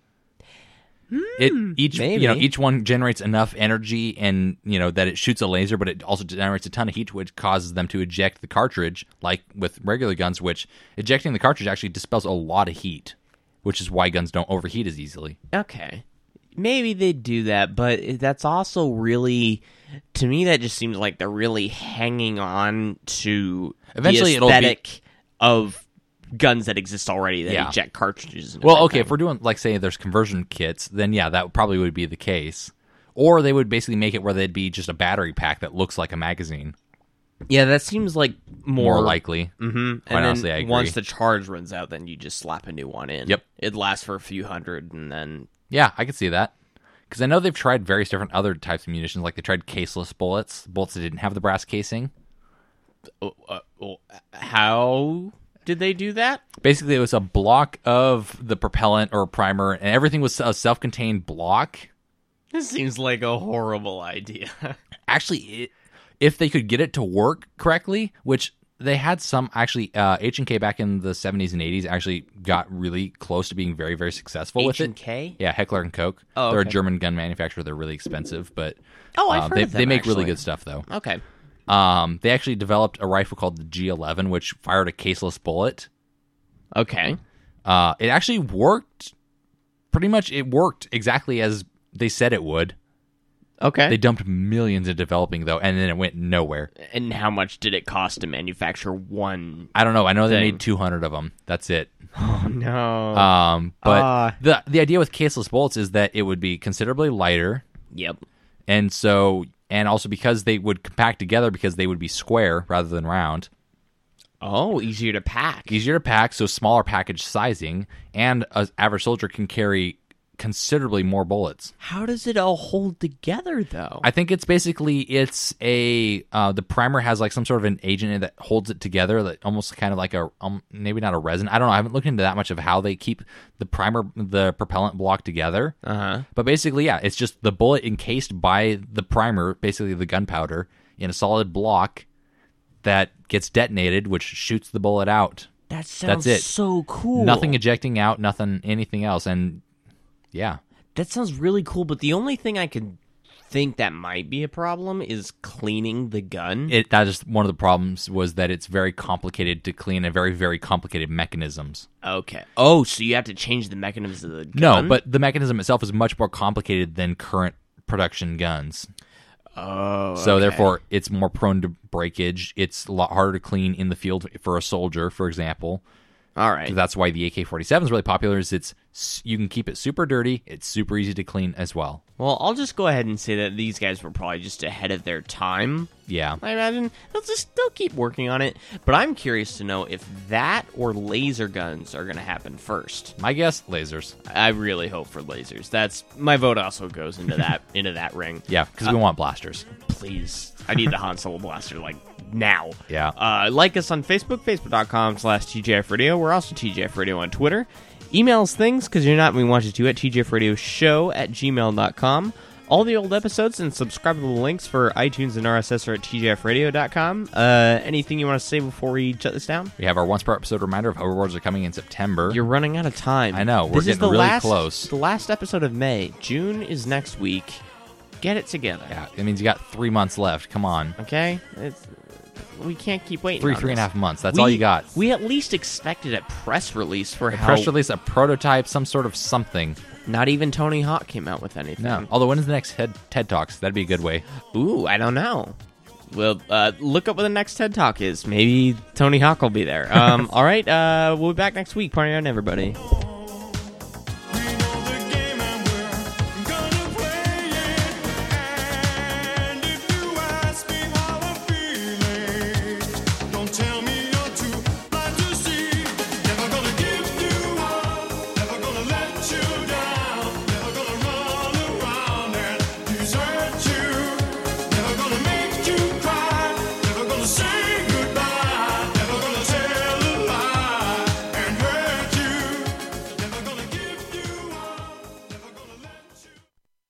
Speaker 3: It each you know
Speaker 2: maybe.
Speaker 3: each one generates enough energy and you know that it shoots a laser, but it also generates a ton of heat, which causes them to eject the cartridge. Like with regular guns, which ejecting the cartridge actually dispels a lot of heat, which is why guns don't overheat as easily.
Speaker 2: Okay. Maybe they do that, but it- that's also really to me that just seems like they're really hanging on to
Speaker 3: Eventually
Speaker 2: the
Speaker 3: it'll be-
Speaker 2: aesthetic of guns that exist already that
Speaker 3: Yeah.
Speaker 2: eject cartridges. and
Speaker 3: Well, okay, if
Speaker 2: everything.
Speaker 3: we're doing like say there's conversion kits, then yeah, that probably would be the case. Or they would basically make it where they'd be just a battery pack that looks like a magazine.
Speaker 2: yeah, that seems like more,
Speaker 3: More likely.
Speaker 2: Mm-hmm.
Speaker 3: Quite
Speaker 2: and
Speaker 3: honestly,
Speaker 2: then
Speaker 3: I agree.
Speaker 2: once the charge runs out, then you just slap a new one in.
Speaker 3: Yep.
Speaker 2: it lasts for a few hundred, and then
Speaker 3: Yeah, I could see that. Because I know they've tried various different other types of munitions, like they tried caseless bullets, bullets that didn't have the brass casing.
Speaker 2: how did they do that?
Speaker 3: Basically, it was a block of the propellant or primer, and everything was a self-contained block.
Speaker 2: This seems like a horrible idea.
Speaker 3: Actually, it, if they could get it to work correctly, which they had some actually, uh, H and K back in the seventies and eighties actually got really close to being very, very successful with it.
Speaker 2: K.
Speaker 3: Yeah, Heckler and Koch.
Speaker 2: Oh,
Speaker 3: They're a
Speaker 2: okay.
Speaker 3: German gun manufacturer. They're really expensive, but
Speaker 2: Oh, I've
Speaker 3: um,
Speaker 2: heard
Speaker 3: they,
Speaker 2: of them,
Speaker 3: they make really
Speaker 2: actually.
Speaker 3: good stuff though.
Speaker 2: Okay.
Speaker 3: Um, they actually developed a rifle called the G11, which fired a caseless bullet.
Speaker 2: Okay.
Speaker 3: Uh, it actually worked. Pretty much, it worked exactly as they said it would.
Speaker 2: Okay.
Speaker 3: They dumped millions in developing though, and then it went nowhere.
Speaker 2: and how much did it cost to manufacture one?
Speaker 3: I don't know. I know they
Speaker 2: Thing.
Speaker 3: made 200 of them. That's it.
Speaker 2: Oh no.
Speaker 3: Um, but
Speaker 4: Ah.
Speaker 3: the the idea with caseless bullets is that it would be considerably lighter,
Speaker 2: yep.
Speaker 3: and so and also because they would compact together because they would be square rather than round.
Speaker 2: Oh, easier to pack.
Speaker 3: easier to pack, so smaller package sizing, and an average soldier can carry considerably more bullets.
Speaker 2: How does it all hold together though?
Speaker 3: I think it's basically it's a uh, the primer has like some sort of an agent in it that holds it together, that almost kind of like a um, maybe not a resin. I don't know. I haven't looked into that much of how they keep the primer the propellant block together.
Speaker 2: Uh-huh.
Speaker 3: But basically, yeah, it's just the bullet encased by the primer, basically the gunpowder, in a solid block that gets detonated, which shoots the bullet out.
Speaker 2: That sounds
Speaker 3: it.
Speaker 2: so cool.
Speaker 3: Nothing ejecting out, nothing, anything else. And yeah,
Speaker 2: That sounds really cool, but the only thing I could think that might be a problem is cleaning the gun.
Speaker 3: it that is one of the problems was that it's very complicated to clean and very, very complicated mechanisms.
Speaker 2: okay. Oh, so you have to change the mechanisms of the
Speaker 3: No,
Speaker 2: gun.
Speaker 3: but the mechanism itself is much more complicated than current production guns.
Speaker 2: Oh.
Speaker 3: So therefore, it's more prone to breakage. It's a lot harder to clean in the field for a soldier, for example.
Speaker 2: All right.
Speaker 3: So that's why the AK-47 is really popular. Is it's you can keep it super dirty. It's super easy to clean as well.
Speaker 2: Well, I'll just go ahead and say that these guys were probably just ahead of their time.
Speaker 3: Yeah.
Speaker 2: I imagine they'll just they'll keep working on it. But I'm curious to know if that or laser guns are going to happen first.
Speaker 3: My guess, lasers.
Speaker 2: I really hope for lasers. That's my vote. Also goes into
Speaker 3: [laughs]
Speaker 2: that into that ring.
Speaker 3: Yeah, because we want blasters.
Speaker 2: please. I need the Han Solo blaster like now.
Speaker 3: Yeah.
Speaker 2: Uh, like us on Facebook, facebook.com slash TJF Radio. We're also TJF Radio on Twitter. Email us things because you're not when we want you to at TJF Radio Show at gmail.com. All the old episodes and subscribable links for iTunes and RSS are at TJFradio.com. Uh, anything you want to say before we shut this down?
Speaker 3: We have our once per episode reminder of hoverboards are coming in September.
Speaker 2: You're running out of time.
Speaker 3: I know,
Speaker 2: this
Speaker 3: we're
Speaker 2: is
Speaker 3: getting
Speaker 2: the
Speaker 3: really
Speaker 2: last,
Speaker 3: close.
Speaker 2: The last episode of May. June is next week. Get it together.
Speaker 3: yeah, it means you got three months left. Come on,
Speaker 2: Okay, it's, we can't keep waiting.
Speaker 3: three
Speaker 2: on
Speaker 3: three and a
Speaker 2: this.
Speaker 3: half months. That's
Speaker 2: We-
Speaker 3: all you got.
Speaker 2: We at least expected a press release for how
Speaker 3: Press release, a prototype, some sort of something.
Speaker 2: not even Tony Hawk came out with anything.
Speaker 3: No. Although when is the next TED, TED Talks? That'd be a good way.
Speaker 2: Ooh, I don't know. Well, uh, look up what the next TED
Speaker 3: [laughs]
Speaker 2: Talk is. Maybe Tony Hawk will be there. Um, all right, uh, we'll be back next week. Party on, everybody.